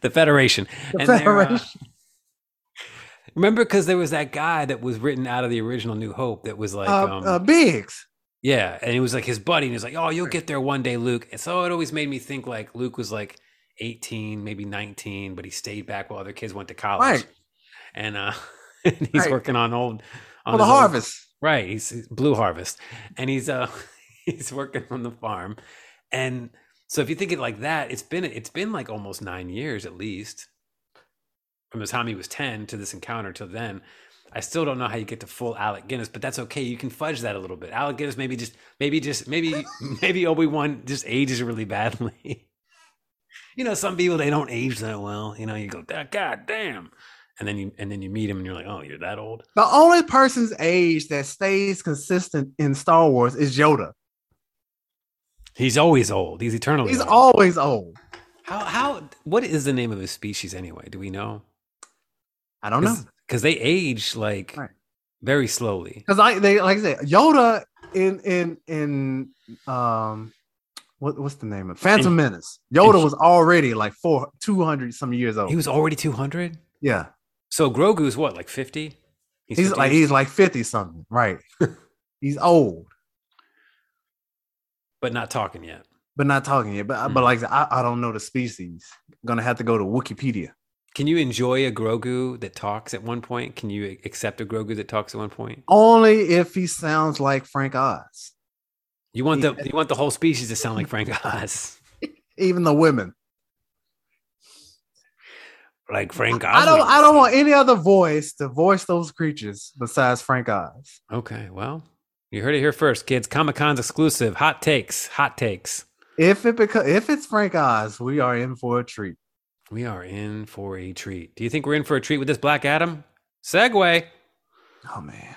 the Federation.
The
and they're, uh,
Federation.
remember, because there was that guy that was written out of the original New Hope that was like,
uh,
um,
uh, Biggs.
yeah, and it was like his buddy, and he was like, oh, you'll get there one day, Luke. And so it always made me think like Luke was like 18, maybe 19, but he stayed back while other kids went to college.
Right.
And, uh, and he's
Right.
working on old on
for the
his old-
harvest.
Right, he's, he's Blue Harvest, and he's uh he's working on the farm, and so if you think it like that, it's been it's been like almost nine years at least from the time he was ten to this encounter till then. I still don't know how you get to full Alec Guinness, but that's okay. You can fudge that a little bit. Alec Guinness maybe just maybe just maybe maybe Obi Wan just ages really badly. you know, some people they don't age that well. You know, you go, God damn. And then you and then you meet him and you're like, oh, you're that old.
The only person's age that stays consistent in Star Wars is Yoda.
He's always old. He's eternally.
He's
old.
always old.
How how what is the name of his species anyway? Do we know?
I don't know
Because they age like
Right.
very slowly.
because I they like I said Yoda in in in um what what's the name of it? Phantom
In-
Menace. Yoda
in-
was already like four two hundred some years old.
He was already two hundred.
yeah,
So Grogu's what, like fifty?
he's like he's like fifty something, right? he's old,
but not talking yet.
but not talking yet. But uh, but
Hmm.
like I, said, I I don't know the species. gonna have to go to Wikipedia.
Can you enjoy a Grogu that talks at one point? Can you accept a Grogu that talks at one point?
Only if he sounds like Frank Oz,
You want the
Yeah.
you want the whole species to sound like Frank Oz.
even the women.
Like Frank Oz.
I don't.
would
I don't
say.
want any other voice to voice those creatures besides Frank Oz.
Okay, well, you heard it here first, kids. Comic Con's exclusive. Hot takes. Hot takes.
If it beca- if it's Frank Oz, we are in for a treat.
We are in for a treat. Do you think we're in for a treat with this Black Adam? Segway.
Oh man.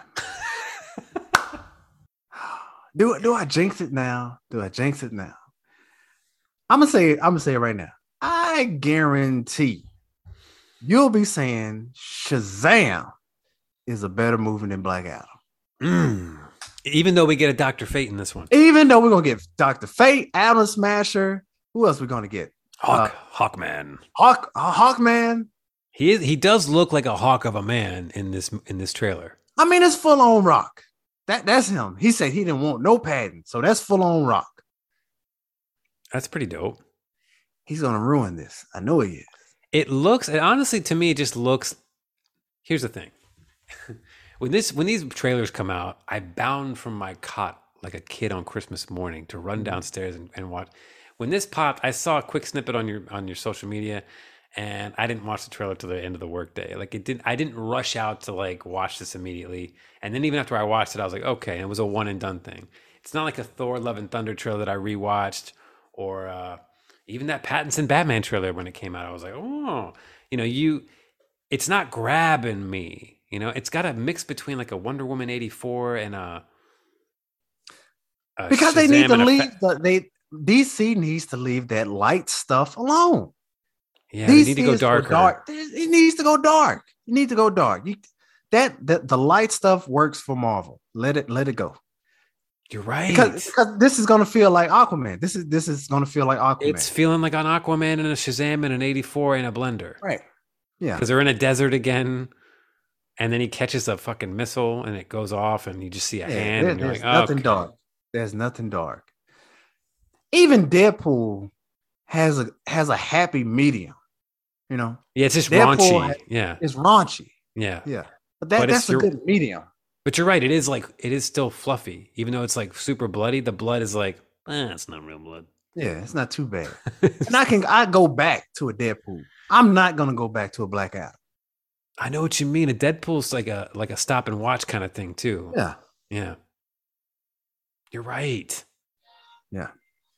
do do I jinx it now? Do I jinx it now? I'm gonna say I'm gonna say it right now. I guarantee you'll be saying Shazam is a better movie than Black Adam.
Mm. Even though we get a Dr. Fate in this one.
Even though we're gonna get Doctor Fate, Adam Smasher, who else we gonna get?
Hawk, Hawkman.
Hawk, uh, Hawkman.
He is, he does look like a hawk of a man in this in this trailer.
I mean, it's full on rock. That that's him. He said he didn't want no padding, so that's full on rock.
That's pretty dope.
He's gonna ruin this. I know he is.
It looks it honestly to me it just looks Here's the thing. when this when these trailers come out, I bound from my cot like a kid on Christmas morning to run downstairs and, and watch. When this popped, I saw a quick snippet on your on your social media and I didn't watch the trailer till the end of the workday. Like it didn't I didn't rush out to like watch this immediately. And then even after I watched it, I was like, okay, it was a one and done thing. It's not like a Thor Love and Thunder trailer that I rewatched or uh even that Pattinson Batman trailer when it came out, I was like, oh, you know, you it's not grabbing me. You know, it's got a mix between like a Wonder Woman 84 and a, a
Because they need
Shazam
to
and a
leave
Fa-
the they DC needs to leave that light stuff alone.
yeah,
DC
they need to go
is for
darker.
Dark. It needs to go dark. You need to go dark. You, that, that the light stuff works for Marvel. Let it let it go
You're right.
because, because this is gonna feel like Aquaman. This is this is gonna feel like Aquaman.
it's feeling like an Aquaman and a Shazam and an 84 and a blender.
right. Yeah.
Because they're in a desert again. And then he catches a fucking missile and it goes off and you just see a
Yeah,
hand
there-
and you're
there's
like, oh,
nothing
okay.
dark. There's nothing dark. Even Deadpool has a has a happy medium. You know,
yeah, it's just
Deadpool
raunchy.
had-
Yeah.
it's raunchy.
Yeah.
Yeah, but that,
But it's
that's a
your-
good medium.
But you're right. It is like it is still fluffy, even though it's like super bloody. The blood is like, eh, it's not real blood.
Yeah, it's not too bad. and I can I go back to a Deadpool. I'm not gonna go back to a Black Adam.
I know what you mean. A Deadpool's like a like a stop and watch kind of thing too.
Yeah,
Yeah. You're right.
Yeah.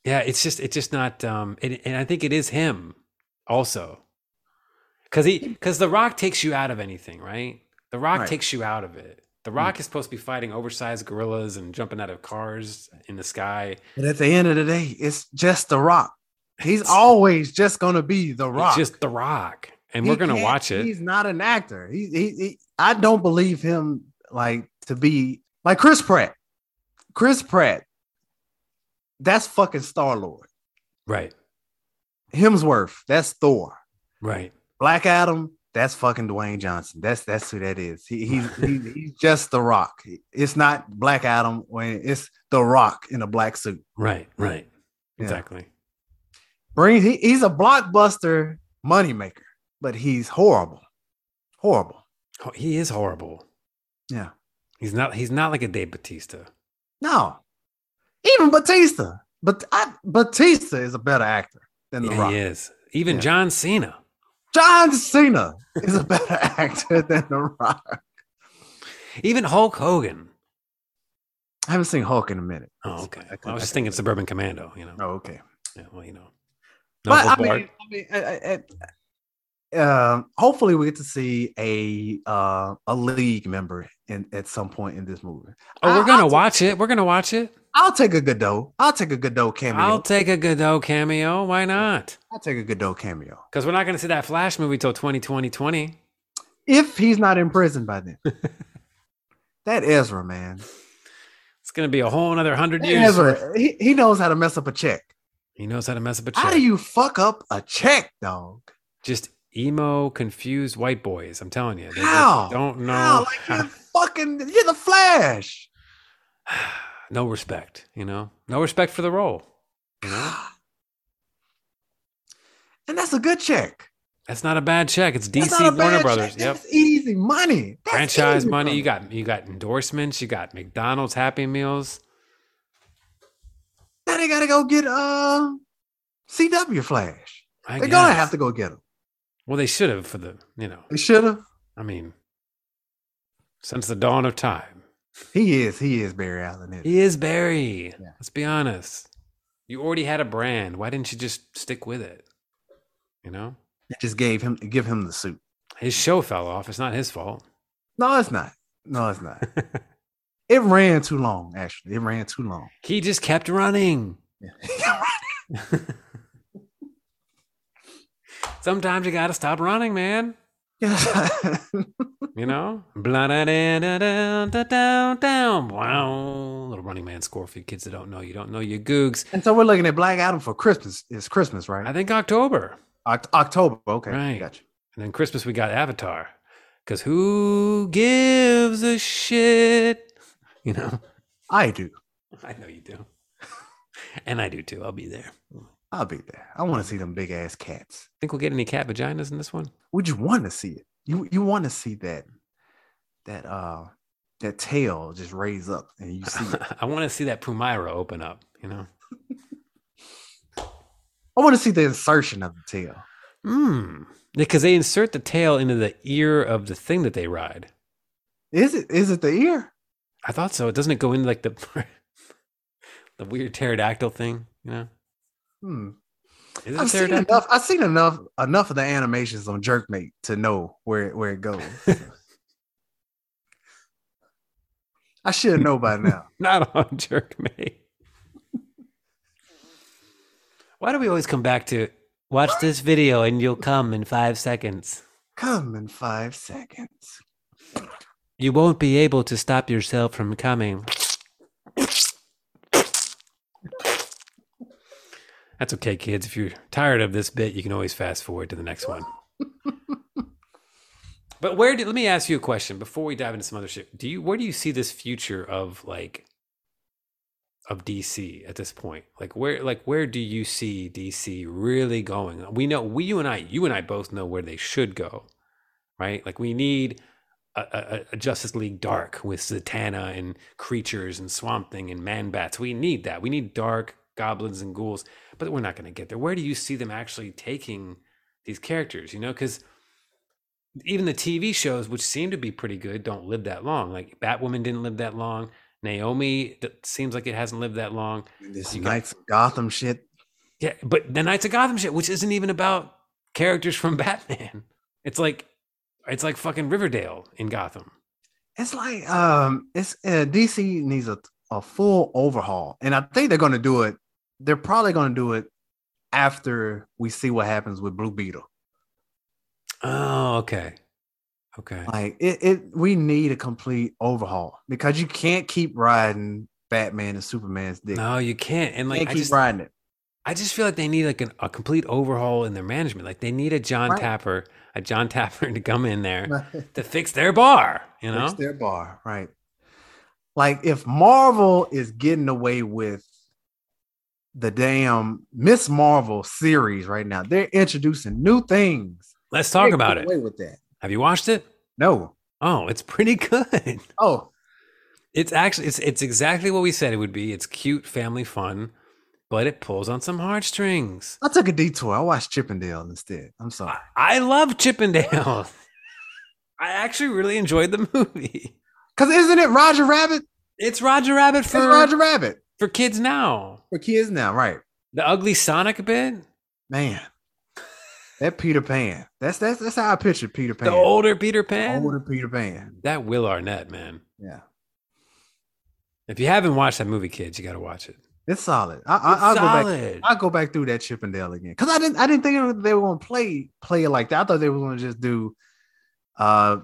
Yeah, it's just it's just not um and, and I think it is him also. Cuz he cuz the rock takes you out of anything, right? The rock
Right. Hmm.
takes you out of it. The rock is supposed to be fighting oversized gorillas and jumping out of cars in the sky.
but at the end of the day, it's just the Rock. He's always just gonna be the Rock.
It's just the rock. And
He
we're going to
can't-
watch it.
He's not an actor. He, he, he- I don't believe him like to be like Chris Pratt. Chris Pratt. That's fucking Star Lord.
Right.
Hemsworth. That's Thor.
Right.
Black Adam. That's fucking Dwayne Johnson. That's that's who that is. He, he's he, he's just the Rock. It's not Black Adam when it's the Rock in a black suit.
Right. Right.
Yeah.
Exactly.
Bring he, he's a blockbuster moneymaker, but he's horrible, horrible.
Oh, He is horrible.
Yeah.
He's not he's not like a Dave Batista.
No, even Batista, but I, Batista is a better actor than the
Yeah,
Rock.
he is. Even
Yeah.
John Cena.
John Cena is a better actor than the Rock.
Even Hulk Hogan.
I haven't seen Hulk in a minute.
Oh,
So
okay.
I couldn't-
I was
I
just thinking Suburban Commando, you know.
Oh, okay.
Yeah, well, you know.
but
Novel
I mean,
Bart-
I mean, I- I- I- um, hopefully we get to see a uh, a league member in at some point in this movie.
oh,
I-
we're going to
I'll-
watch it. We're going to watch it.
I'll take a Godot. I'll take a Godot cameo.
I'll
I'll,
take a Godot cameo. Why not?
take a Godot cameo
Because we're not going to see that Flash movie till 2020.
if he's not in prison by then. that Ezra man,
It's going to be a whole another 100
That
years.
Ezra he, he knows how to mess up a check.
He knows how to mess up a
How
check.
do you fuck up a check, dog?
Just emo, confused white boys. I'm telling you. They just
How?
don't know.
How? Like you're fucking, you're the Flash.
no respect, you know? No respect for the role.
And that's a good check.
That's not a bad check. It's
That's not a
DC Warner
bad
Brothers.
check.
Yep.
That's easy money. That's
franchise
easy
money. You got you got endorsements. You got McDonald's Happy Meals.
Now they gotta go get uh, CW Flash.
I
They're gonna
guess.
have to go get him.
Well, they should have for the you know.
They should have.
I mean, since the dawn of time,
He is. He is Barry Allen. isn't he?
he is Barry. Let's be honest. You already had a brand. Why didn't you just stick with it? You know,
They just gave him give him the suit.
his show fell off. It's not his fault.
No, it's not. No, it's not. it ran too long, actually. It ran too long.
He just kept running. Sometimes you gotta stop running, man. You know? Blah da da da da da da da. Wow. Little running man score for you kids that don't know. You don't know your googs.
and so we're looking at Black Adam for Christmas. It's Christmas, right?
I think October.
Oct- October. Okay.
Right.
Gotcha.
And then Christmas we got Avatar. Cause who gives a shit? You know?
I do.
I know you do. and I do too. I'll be there.
I'll be there. I want to see them big ass cats.
Think we'll get any cat vaginas in this one?
Would you want to see it? You you want to see that that uh that tail just raise up and you see it.
I want to see that Pumaira open up, you know?
I want to see the insertion of the tail.
Hmm. Because they insert the tail into the ear of the thing that they ride.
Is it is it the ear?
I thought so. It doesn't it go in like the the weird pterodactyl thing, you know?
Hmm.
Is it a
I've seen
pterodactyl?
enough. I've seen enough enough of the animations on Jerkmate to know where it- where it goes. I should know by now.
Not on jerk me. Why do we always come back to watch this video and you'll come in five seconds?
Come in five seconds.
You won't be able to stop yourself from coming. That's okay, kids. If you're tired of this bit, you can always fast forward to the next one. but where did? Let me ask you a question before we dive into some other shit. Do you where do you see this future of like of DC at this point? Like where like where do you see DC really going? We know we you and I you and I both know where they should go, right? Like we need a, a, a Justice League Dark with Zatanna and creatures and Swamp Thing and Man Bats. We need that. We need dark goblins and ghouls, but we're not going to get there. Where do you see them actually taking these characters? You know, because even the TV shows, which seem to be pretty good, don't live that long. Like Batwoman didn't live that long. Naomi that seems like it hasn't lived that long.
This
You got-
Knights of Gotham shit.
Yeah, but the Knights of Gotham shit, which isn't even about characters from Batman. It's like it's like fucking Riverdale in Gotham.
It's like um, it's uh, DC needs a a full overhaul, and I think they're gonna do it. They're probably gonna do it after we see what happens with Blue Beetle.
Oh, okay. Okay.
Like it, it we need a complete overhaul because you can't keep riding Batman and Superman's dick.
No, you can't.
can't
And like I
keep
just,
riding it.
I just feel like they need like an, a complete overhaul in their management. Like they need a John
Right.
Tapper, a John Tapper to come in there to fix their bar. You know,
Fix their bar, right? Like if Marvel is getting away with the damn Miss Marvel series right now, they're introducing new things.
let's talk
They
about
get
it.
Away with that?
Have you watched it?
No.
Oh, it's pretty good.
Oh,
It's actually it's it's exactly what we said it would be. It's cute, family fun, but it pulls on some heartstrings.
I took a detour. I watched Chippendale instead. I'm sorry.
I love Chippendale. I actually really enjoyed the movie.
Cause isn't it Roger Rabbit?
It's Roger Rabbit
It's
for
Roger Rabbit
for kids now.
for kids now, right?
The ugly Sonic bit.
Man, that Peter Pan. That's that's that's how I picture Peter Pan.
The older Peter Pan.
Older Peter Pan.
That Will Arnett, man.
Yeah,
If you haven't watched that movie, kids, you got to watch it.
it's solid. I, I, I'll go back.
Solid.
I will go back through that Chippendale again because I didn't. I didn't think they were going to play play it like that. I thought they were going to just do, uh,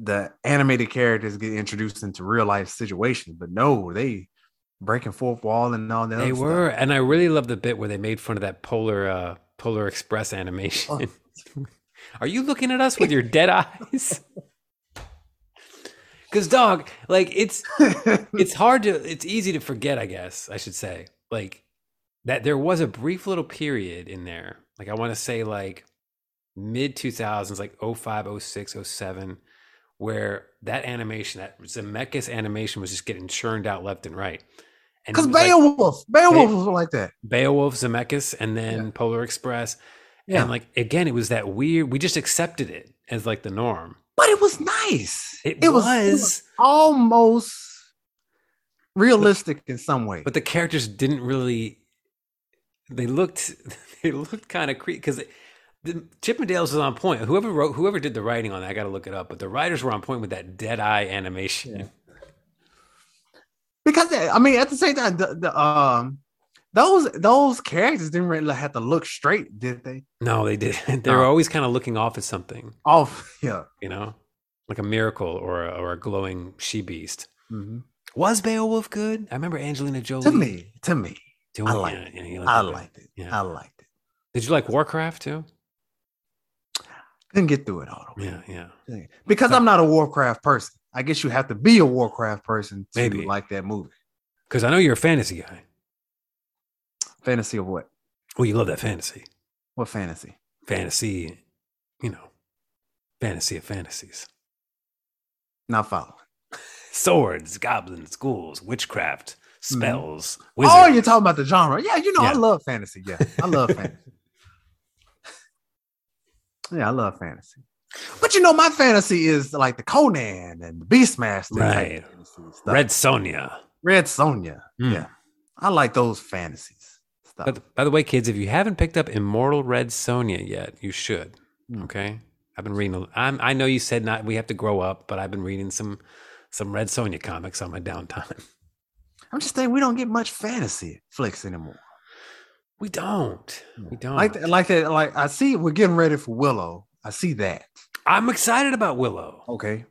the animated characters get introduced into real life situations. But no, they breaking fourth wall and all that.
They
other stuff.
were, and I really love the bit where they made fun of that Polar uh, Polar Express animation. Are you looking at us with your dead eyes? Because dog, like it's it's hard to it's easy to forget. I guess I should say like that there was a brief little period in there. Like I want to say like mid two thousands, like 05, 06, 07, where that animation, that Zemeckis animation, was just getting churned out left and right. And it
Because
was, like,
Beowulf, Beowulf
Be-
was like that.
Beowulf, Zemeckis, and then Polar Express.
Yeah.
And like again, it was that weird. We just accepted it as like the norm.
but it was nice.
It
it
was.
almost realistic in some way.
But the characters didn't really. They looked. They looked kind of creepy because the Chippendales is on point. Whoever wrote, whoever did the writing on that, I got to look it up. But the writers were on point with that dead eye animation.
because I mean, at the same time, the, the um, those those characters didn't really have to look straight, did they?
No, they did. not They were
No.
always kind of looking off at something,
Off, yeah.
you know, like a miracle or a, or a glowing she beast.
hmm
Was Beowulf good? I remember Angelina Jolie.
To me, to me,
doing
I liked
yeah, yeah, you
I
good.
liked it.
Yeah.
I liked it.
Did you like Warcraft too?
Couldn't get through it all the way
Yeah, yeah.
Dang. because I'm not a Warcraft person. I guess you have to be a Warcraft person to
Maybe.
like that movie.
Because I know you're a fantasy guy.
Fantasy of what?
Well, you love that fantasy,
What fantasy?
fantasy, you know, fantasy of fantasies,
Not following.
swords, goblins, ghouls, witchcraft, spells,
Oh,
wizards.
you're talking about the genre. Yeah, you know, I
Yeah.
love fantasy. Yeah, I love fantasy. Yeah, I love fantasy. But you know, my fantasy is like the Conan and the Beastmaster. type
Right.
fantasy stuff.
Red Sonia.
Red Sonja.
Mm.
Yeah. I like those fantasies stuff.
By the, by the way, kids, if you haven't picked up Immortal Red Sonia yet, you should.
Mm.
Okay, I've been reading. a- I'm, I know you said not we have to grow up, but I've been reading some some Red Sonia comics on my downtime.
I'm just saying we don't get much fantasy flicks anymore.
We don't. We don't.
Like that, like that, like I see we're getting ready for Willow. I see that.
I'm excited about Willow.
Okay.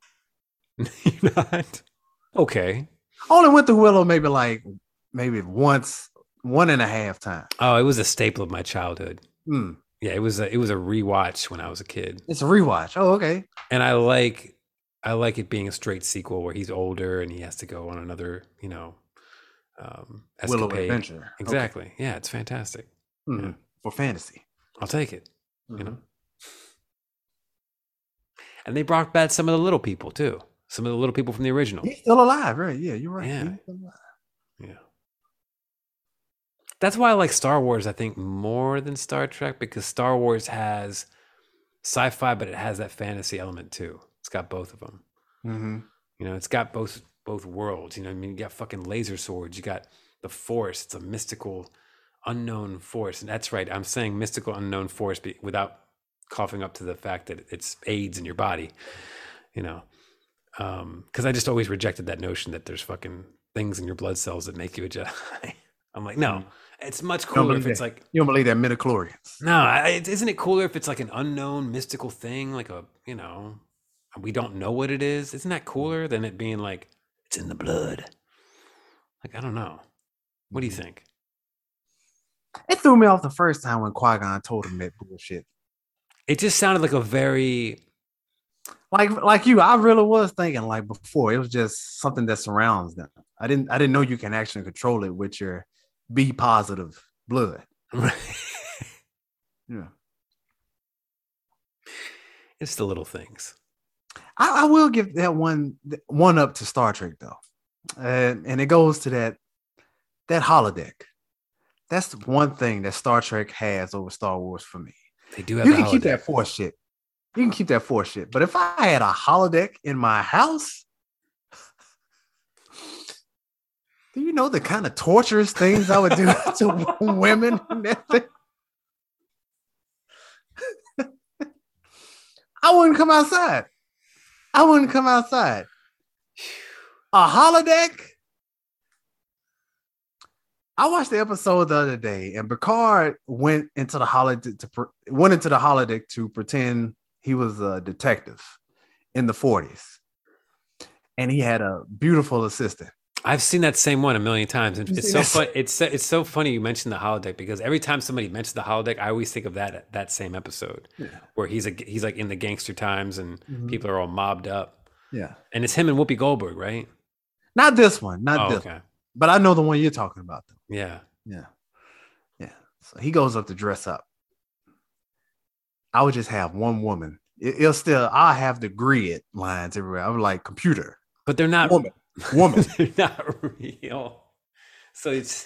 You're not. Okay.
I only went through Willow maybe like maybe once, one and a half times.
Oh, it was a staple of my childhood.
Mm.
Yeah, it was a it was a rewatch when I was a kid,
It's a rewatch. Oh, okay.
and I like I like it being a straight sequel where he's older and he has to go on another you know um,
Willow
escapade.
Adventure. Okay.
Exactly. Yeah, it's fantastic.
Mm.
Yeah.
For fantasy.
I'll take it. You know. And they brought back some of the little people too. Some of the little people from the original.
He's still alive, right? Yeah, you're right.
Yeah.
He's still alive.
Yeah. That's why I like Star Wars, I think, more than Star Trek because Star Wars has sci fi, but it has that fantasy element too. It's got both of them. Mm-hmm.
Mhm.
You know, it's got both both worlds. You know, what I mean, you got fucking laser swords. You got the force. It's a mystical, unknown force. And that's right. I'm saying mystical, unknown force, be without coughing up to the fact that it's AIDS in your body. You know, because I just always rejected that notion that there's fucking things in your blood cells that make you a Jedi. I'm like, no, it's much cooler if
believe
it's
that.
like
You don't believe that midichlorians.
no, I, it- isn't it cooler if it's like an unknown mystical thing, like a you know, we don't know what it is. Isn't that cooler than it being like it's in the blood? Like I don't know. What do you
Hmm.
think?
It threw me off the first time when Qui-Gon told him that bullshit.
It just sounded like a very
like like you, I really was thinking like before. It was just something that surrounds them. I didn't I didn't know you can actually control it with your B positive blood. Yeah,
it's the little things.
I, I will give that one that one up to Star Trek though, and and it goes to that that holodeck. That's the one thing that Star Trek has over Star Wars for me.
They do have
You
the
can keep
holodeck.
that force shit. You can keep that force shit. But if I had a holodeck in my house, do you know the kind of torturous things I would do to women? and that thing? I wouldn't come outside. I wouldn't come outside. A holodeck? I watched the episode the other day, and Picard went into the holodeck to pr- went into the holodeck to pretend he was a detective in the forties, and he had a beautiful assistant.
I've seen that same one a million times, and
You've
it's
seen
so
that
fun. It's so, it's so funny you mentioned the holodeck because every time somebody mentions the holodeck, I always think of that that same episode
Yeah. Hmm.
where he's a, he's like in the gangster times and people are all mobbed up,
Yeah,
and it's him and Whoopi Goldberg, right?
not this one, not
Oh,
this, one,
okay,
but I know the one you're talking about. Though.
yeah.
Yeah, yeah. So he goes up to dress up. I would just have one woman. It, will still I have the grid lines everywhere. I'm like computer
But they're not
woman woman.
they're not real. So it's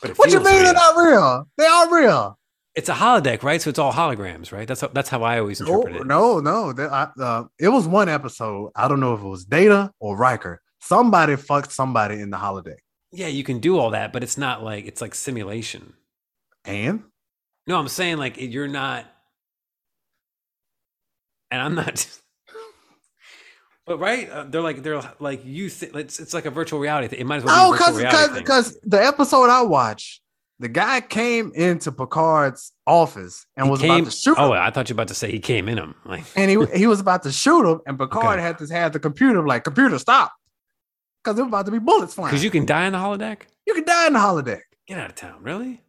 but it
what you
feels
mean they're
real.
not real? They are real.
It's a holodeck, right? So it's all holograms, right? That's how, that's how I always
No,
interpret it.
Oh, no, no. That- I- uh, it was one episode. I don't know if it was Data or Riker. Somebody fucked somebody in the holodeck.
Yeah, you can do all that, but it's not like it's like simulation.
And
No, I'm saying like you're not and I'm not. But right, uh, they're like they're like you. Th- it's it's like a virtual reality thing. It might as well.
Oh,
Be a virtual
because
reality
because
thing.
because the episode I watched, the guy came into Picard's office and
He
was
came-
about to shoot him,
Oh, I thought you were about to say he came in him. Like
and he he was about to shoot him, and Picard
Okay.
had to have the computer like computer stop, because there was about to be bullets flying.
because
You,
you can die in the holodeck.
can die in the holodeck.
Get out of town, really?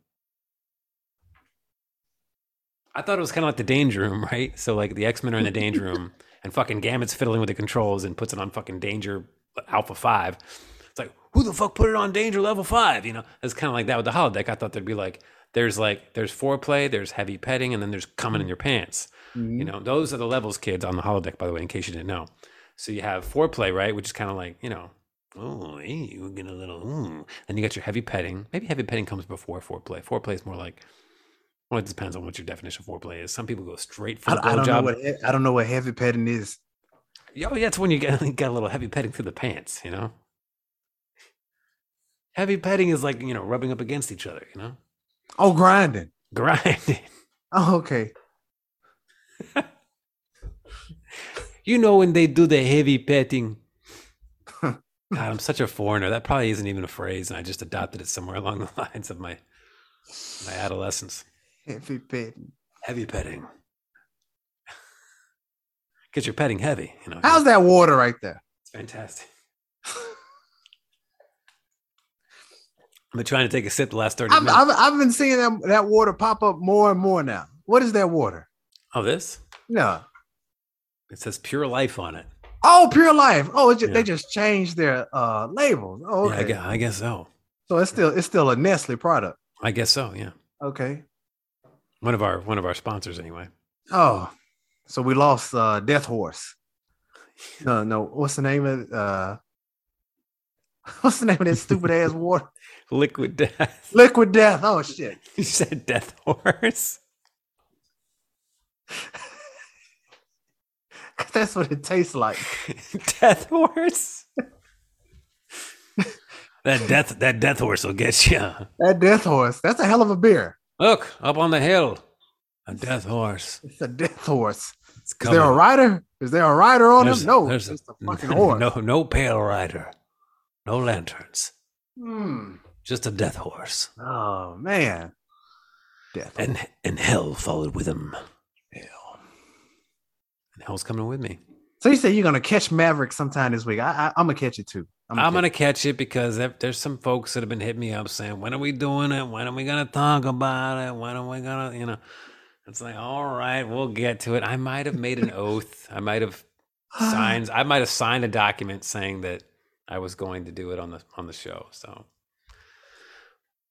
I thought it was kind of like the danger room, right? So like the X Men are in the danger room, and fucking Gamut's fiddling with the controls and puts it on fucking danger uh, alpha five. It's like who the fuck put it on danger level five? You know, it's kind of like that with the holodeck. I thought there'd be like there's like there's foreplay, there's heavy petting, and then there's coming in your pants. You know, those are the levels, kids, on the holodeck. By the way, in case you didn't know, so you have foreplay, right, which is kind of like you know Oh, hey, you get a little. Ooh. Then you got your heavy petting. Maybe heavy petting comes before foreplay. Foreplay is more like. Well, it depends on what your definition of foreplay is. Some people go straight for the
I, I don't know
blowjob.
what he- I don't know what heavy petting is.
Oh, yeah, it's when you get, you got a little heavy petting through the pants, you know? Heavy petting is like, you know, rubbing up against each other, you know?
Oh, grinding.
Grinding.
Oh, okay.
You know when they do the heavy petting. God, I'm such a foreigner. That probably isn't even a phrase, and I just adopted it somewhere along the lines of my my adolescence.
Heavy petting.
heavy petting. Because you're petting heavy, you know.
How's that water right there?
it's fantastic. I've been trying to take a sip the last 30
I've,
minutes.
I've, I've been seeing that, that water pop up more and more now. What is that water?
oh, this?
No.
It says pure life on it.
Oh, Pure Life. Oh, it's ju-
Yeah.
they just changed their uh labels. Oh,
Yeah, I
okay.
guess, I guess so.
so it's still it's still a Nestle product.
I guess so, yeah.
Okay.
One of our one of our sponsors anyway.
Oh, so we lost uh Death Horse. No, no. What's the name of uh? What's the name of that stupid ass water?
Liquid Death.
Liquid Death. Oh shit.
you said Death Horse.
That's what it tastes like.
death Horse. that death that death horse will get you.
That Death Horse. That's a hell of a beer.
Look, up on the hill. A death horse.
It's a Death Horse.
It's
Is there a rider? Is there a rider on
There's-
him? No,
there's
it's
a-
just a fucking horse.
No, no pale rider, no lanterns,
Hmm.
just a death horse,
Oh man. Death.
and and hell followed with him. And hell's coming with me.
So you say you're gonna catch Maverick sometime this week. I, I, I'm gonna catch it too.
I'm gonna catch it because if there's some folks that have been hitting me up saying, "When are we doing it? When are we gonna talk about it? When are we gonna?" You know, it's like, all right, we'll get to it. I might have made an oath. I might have
catch
signs. I might have signed a document saying that I was going to do it on the on the show. So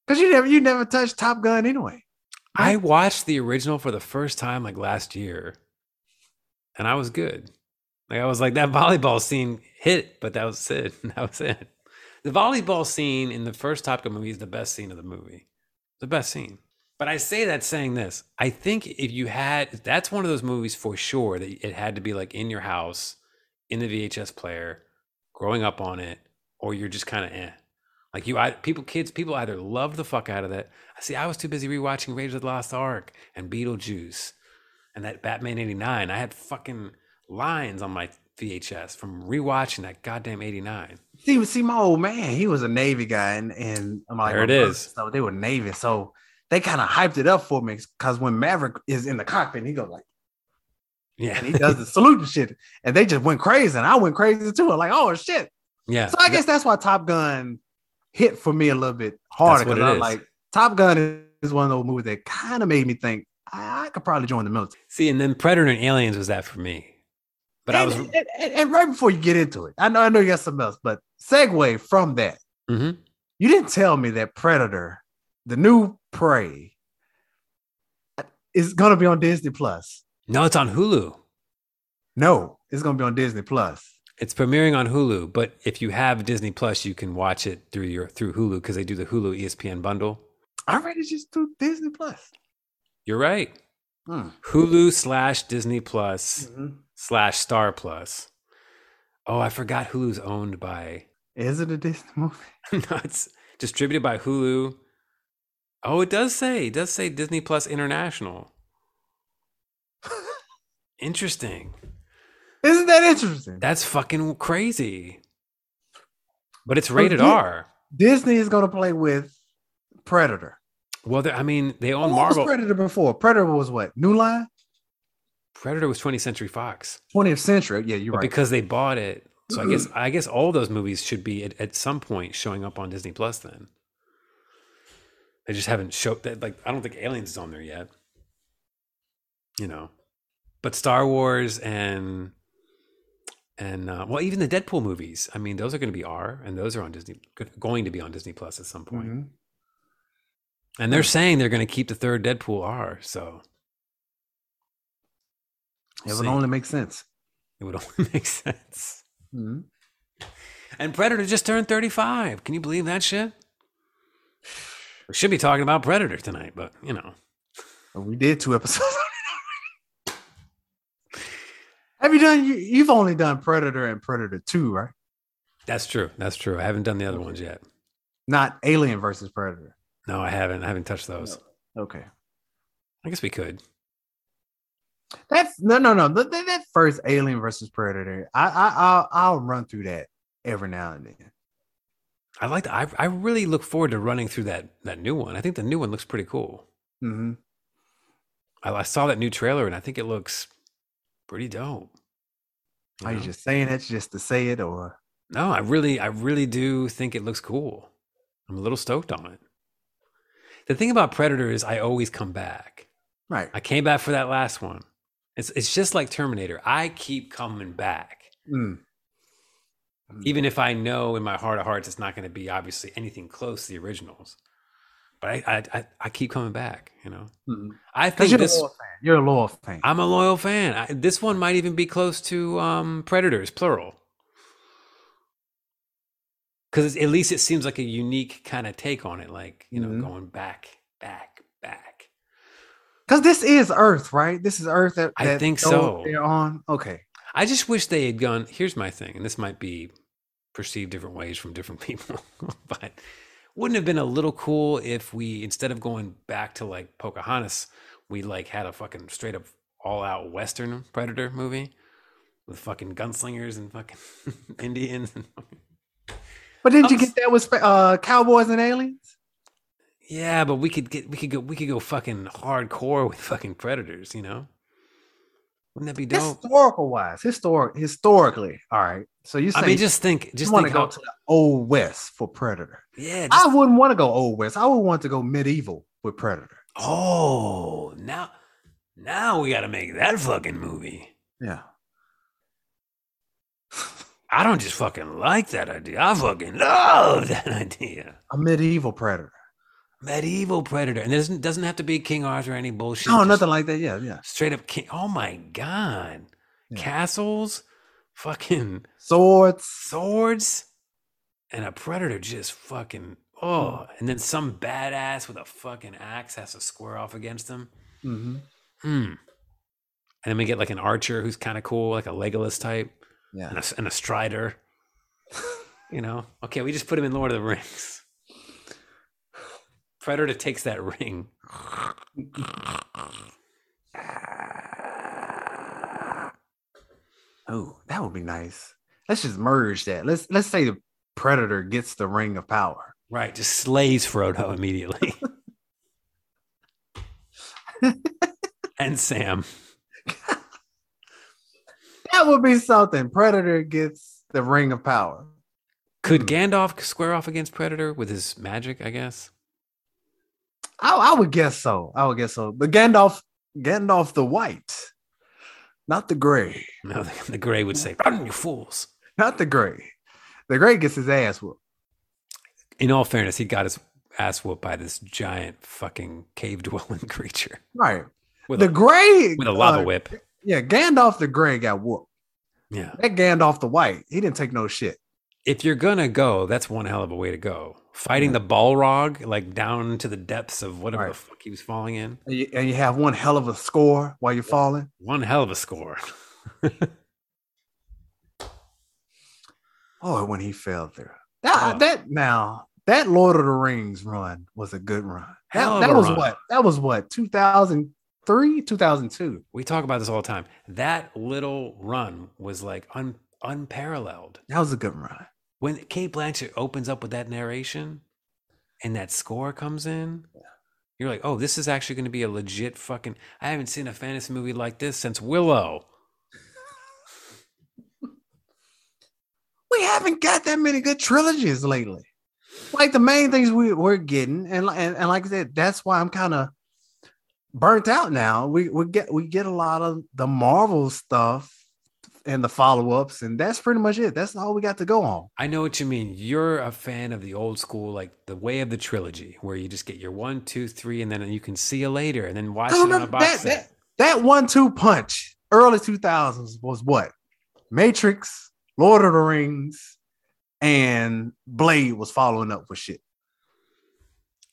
because you never you never touched Top Gun anyway.
I watched the original for the first time like last year, and I was good. Like I was like that volleyball scene hit, but that was it. That was it. The volleyball scene in the first Top Gun movie is the best scene of the movie. The best scene. But I say that saying this. I think if you had that's one of those movies for sure that it had to be like in your house, in the VHS player, growing up on it, or you're just kind of eh. Like you, I, people, kids, people either love the fuck out of that. I see. I was too busy rewatching Raiders of the Lost Ark and Beetlejuice, and that Batman '89. I had fucking lines on my VHS from rewatching that goddamn '89.
See, see, my old man, he was a Navy guy, and and I'm like,
There it
my brother,
is.
So they were Navy, so they kind of hyped it up for me because when Maverick is in the cockpit, he goes like, and he
Yeah,
does the salute and shit, and they just went crazy, and I went crazy too. I'm like, oh shit.
yeah.
So I guess that's why Top Gun hit for me a little bit harder
That's what
because
it
I'm
is.
like, Top Gun is one of those movies that kind of made me think I, I could probably join the military.
See, and then Predator and Aliens was that for me, but I
and,
was.
and, and- and right before you get into it, I know I know you got something else, but segue from that,
hmm
you didn't tell me that Predator, the new Prey, is gonna be on Disney Plus.
No, it's on Hulu.
No, it's gonna be on Disney Plus.
It's premiering on Hulu, but if you have Disney Plus, you can watch it through your through Hulu because they do the Hulu E ESPN bundle.
I read it just through Disney Plus.
You're right.
Hmm.
Hulu slash Disney Plus slash Star Plus. Oh, I forgot Hulu's owned by.
Is it a Disney movie?
no, it's distributed by Hulu. Oh, it does say. It does say Disney Plus International. Interesting.
Isn't that interesting?
That's fucking crazy. But it's rated
Again-
R.
Disney is going to play with Predator.
Well, they- I mean, they own
What
Marvel.
was Predator before? Predator was what? New Line?
Predator was 20th Century Fox.
20th Century. Yeah, you're
but
right.
because they bought it. So I guess I guess all those movies should be at, at some point showing up on Disney Plus. Then they just haven't showed that. Like I don't think Aliens is on there yet. You know, but Star Wars and and uh, well, even the Deadpool movies. I mean, those are going to be R, and those are on Disney, go- going to be on Disney Plus at some point.
Mhm.
And they're saying they're going to keep the third Deadpool R. So
It
We'll
would
see.
only make sense.
it would only make sense.
Mhm.
And Predator just turned 35. Can you believe that shit? We should be talking about Predator tonight, but you know.
But We did two episodes. Have you done? You, you've only done Predator and Predator Two, right?
That's true. That's true. I haven't done the other ones yet.
Not Alien versus Predator.
No, I haven't. I haven't touched those.
Okay.
I guess we could.
That's no, no, no. That, that that first Alien versus Predator, I, I, I'll, I'll run through that every now and then.
I like I I really look forward to running through that that new one. I think the new one looks pretty cool.
hmm
I, I saw that new trailer and I think it looks pretty dope. You
Are you
know?
just saying that just to say it, or
No, I really, I really do think it looks cool. I'm a little stoked on it. The thing about Predator is I always come back.
right?
I came back for that last one. It's it's just like Terminator. I keep coming back,
Mm.
even if I know in my heart of hearts it's not going to be obviously anything close to the originals. But I I, I, I keep coming back. You know,
Mm.
I
'Cause
think
you're
this.
a loyal fan. You're a loyal fan.
I'm a loyal fan. I, this one might even be close to um, Predators, plural. Because at least it seems like a unique kind of take on it, like you know,
Mhm.
going back, back, back.
Because this is Earth, right? This is Earth that,
I
that
think
those
so.
They're on. Okay.
I just wish they had gone. Here's my thing, and this might be perceived different ways from different people, but wouldn't it have been a little cool if we instead of going back to like Pocahontas, we like had a fucking straight up all out Western Predator movie with fucking gunslingers and fucking Indians. And fucking...
But didn't you
I'm s-
get that with spe- uh, Cowboys and Aliens?
Yeah, but we could get we could go we could go fucking hardcore with fucking Predators, you know? Wouldn't that be dope?
Historical wise, historic, historically. All right. So you say
I mean, just think, just
you want
think.
to go
How,
to the old west for Predator.
yeah, just
I wouldn't want to go old west. I would want to go medieval with Predator.
Oh, now now we got to make that fucking movie.
Yeah.
I don't just fucking like that idea. I fucking love that idea.
A medieval Predator.
Medieval predator, and doesn't doesn't have to be King Arthur or any bullshit.
No, Oh,
just
nothing like that. Yeah, yeah.
Straight up king. Oh my god,
Yeah.
castles, fucking
Swords.
swords, and a predator just fucking
Hmm.
oh, and then some badass with a fucking axe has to square off against him.
hmm
Hmm. And then we get like an archer who's kind of cool, like a Legolas type.
Yeah.
and a, and a Strider. you know, okay, we just put him in Lord of the Rings. Predator takes that ring.
Oh, that would be nice. Let's just merge that. Let's let's say the Predator gets the Ring of Power.
Right, just slays Frodo immediately. and Sam.
That would be something. Predator gets the Ring of Power.
Could Gandalf square off against Predator with his magic, I guess?
I, I would guess so. I would guess so. But Gandalf, Gandalf the White, not the gray,
No, the, the Grey would say, Run, you fools.
not the gray. The gray gets his ass whooped.
In all fairness, he got his ass whooped by this giant fucking cave dwelling creature
Right.
With
the
a-
gray
with a lava
uh,
whip.
Yeah, Gandalf the gray got whooped.
Yeah.
That Gandalf the White, he didn't take no shit.
if you're gonna go, that's one hell of a way to go. Fighting the Balrog, like down to the depths of whatever the
Right.
fuck he was falling in.
And you, and you have one hell of a score while you're falling.
One hell of a score.
Oh, when he fell through. That
Oh.
that now that Lord of the Rings run was a good run.
Hell
That,
of
that
a
was
run.
what that was what 2000 three, 2002.
We talk about this all the time. That little run was like un, unparalleled.
That was a good run.
When Kate Blanchett opens up with that narration and that score comes in, you're like, oh, this is actually going to be a legit fucking. I haven't seen a fantasy movie like this since Willow.
We haven't got that many good trilogies lately. Like the main things we, we're getting, and, li- and and like I said, that's why I'm kind of burnt out now. We we get we get a lot of the Marvel stuff and the follow ups, and that's pretty much it. That's all we got to go on.
I know what you mean. You're a fan of the old school, like the way of the trilogy, where you just get your one, two, three, and then you can see you later, and then watch
I
it on a
remember
box
Oh, that,
set.
that that one two punch early 2000s was what Matrix, Lord of the Rings, and Blade was following up with shit.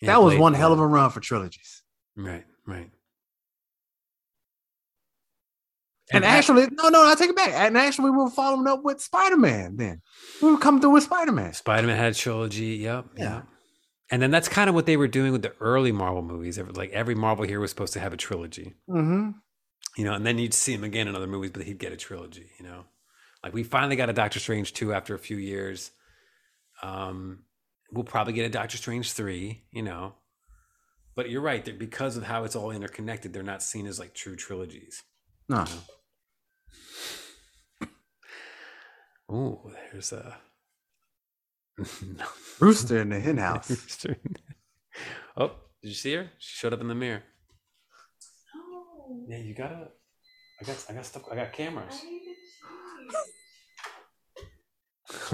Yeah,
that was
Blade
one hell of
Runner.
a run for trilogies.
right, right.
And,
that-
actually, no, no, I take it back. And actually, we were following up with Spider Man then. We were coming through with Spider Man.
Spider-Man had a trilogy. Yep.
Yeah.
Yep. And then that's kind of what they were doing with the early Marvel movies. Every- Like every Marvel hero was supposed to have a trilogy,
hmm
you know, and then you'd see him again in other movies, but he'd get a trilogy, you know. Like we finally got a Doctor Strange 2 after a few years. Um, we'll probably get a Doctor Strange 3, you know. But you're right, that because of how it's all interconnected, they're not seen as like true trilogies.
No.
Ooh, there's a
Rooster in the hen house.
oh, did you see her? She showed up in the mirror. Yeah, you gotta. I got. I got stuff. I got cameras.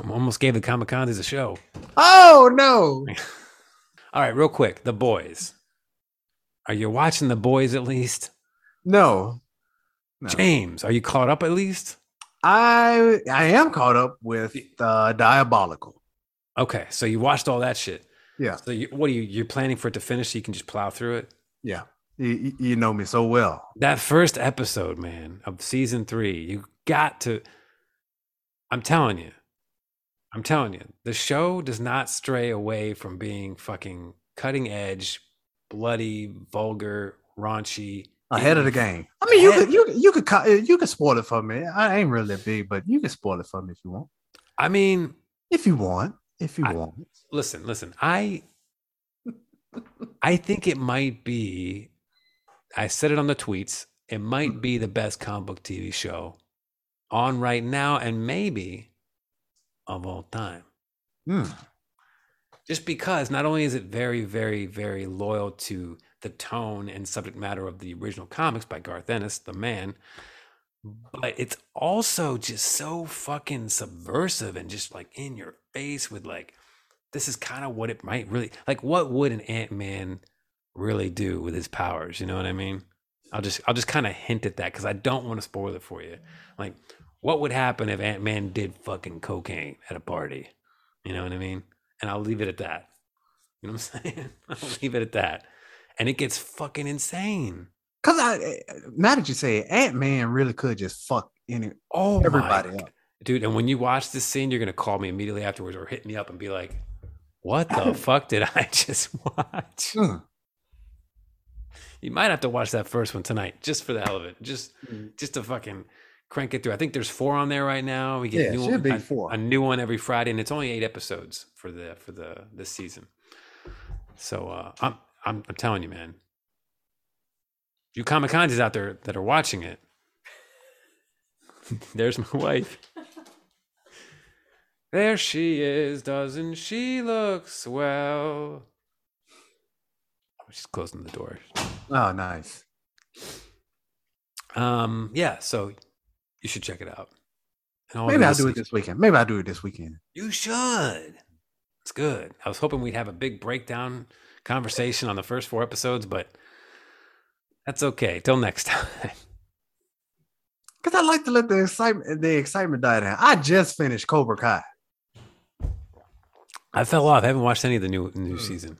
Almost gave the Kamikazes a show.
oh, no.
All right, real quick, the boys. Are you watching the boys at least?
No. No.
James, are you caught up at least?
I I am caught up with uh, Diabolical.
Okay, so you watched all that shit.
Yeah.
So you, what are you? You're planning for it to finish so you can just plow through it.
Yeah. You- You, you know me so well.
That first episode, man, of season three, you got to. I'm telling you. I'm telling you. The show does not stray away from being fucking cutting edge, bloody, vulgar, raunchy.
Ahead of the game. I mean, you could you could- you could co- you could spoil it for me. I ain't really that big, but you can spoil it for me if you want.
I mean,
If you want. If you
I-
want.
listen, listen. I I think it might be I said it on the tweets. It might be the best comic book TV show on right now and maybe of all time.
Hmm.
just because not only is it very very very loyal to the tone and subject matter of the original comics by garth ennis the man but it's also just so fucking subversive and just like in your face with like this is kind of what it might really like what would an ant-man really do with his powers you know what i mean i'll just i'll just kind of hint at that because i don't want to spoil it for you like what would happen if ant-man did fucking cocaine at a party you know what i mean and I'll leave it at that. You know what I'm saying? I'll leave it at that. And it gets fucking insane.
Cause I eh, now that you say it, Ant Man really could just fuck any
Oh, my
everybody
g-
up.
dude. And when you watch this scene, you're gonna call me immediately afterwards or hit me up and be like, "What the fuck did I just watch?"
Hmm.
You might have to watch that first one tonight, just for the hell of it, just
Mm.
just to fucking crank it through. I think there's four on there right now. We get
Yeah,
new
should
one-
be
a-
four.
a new one every Friday, and it's only eight episodes for the for the this season. So uh, I'm, I'm I'm telling you, man. You kamikazes out there that are watching it. There's my wife. There she is. Doesn't she look swell? Oh, She's closing the door.
Oh, nice.
Um, yeah, so you should check it out. And all
Maybe
the
I'll do it
listeners-
this weekend. Maybe I'll do it this weekend.
You should. It's good. I was hoping we'd have a big breakdown conversation on the first four episodes, but that's okay. Till next time.
Cause I like to let the excitement the excitement die down. I just finished Cobra Kai,
I fell off. I haven't watched any of the new
Hmm.
new season.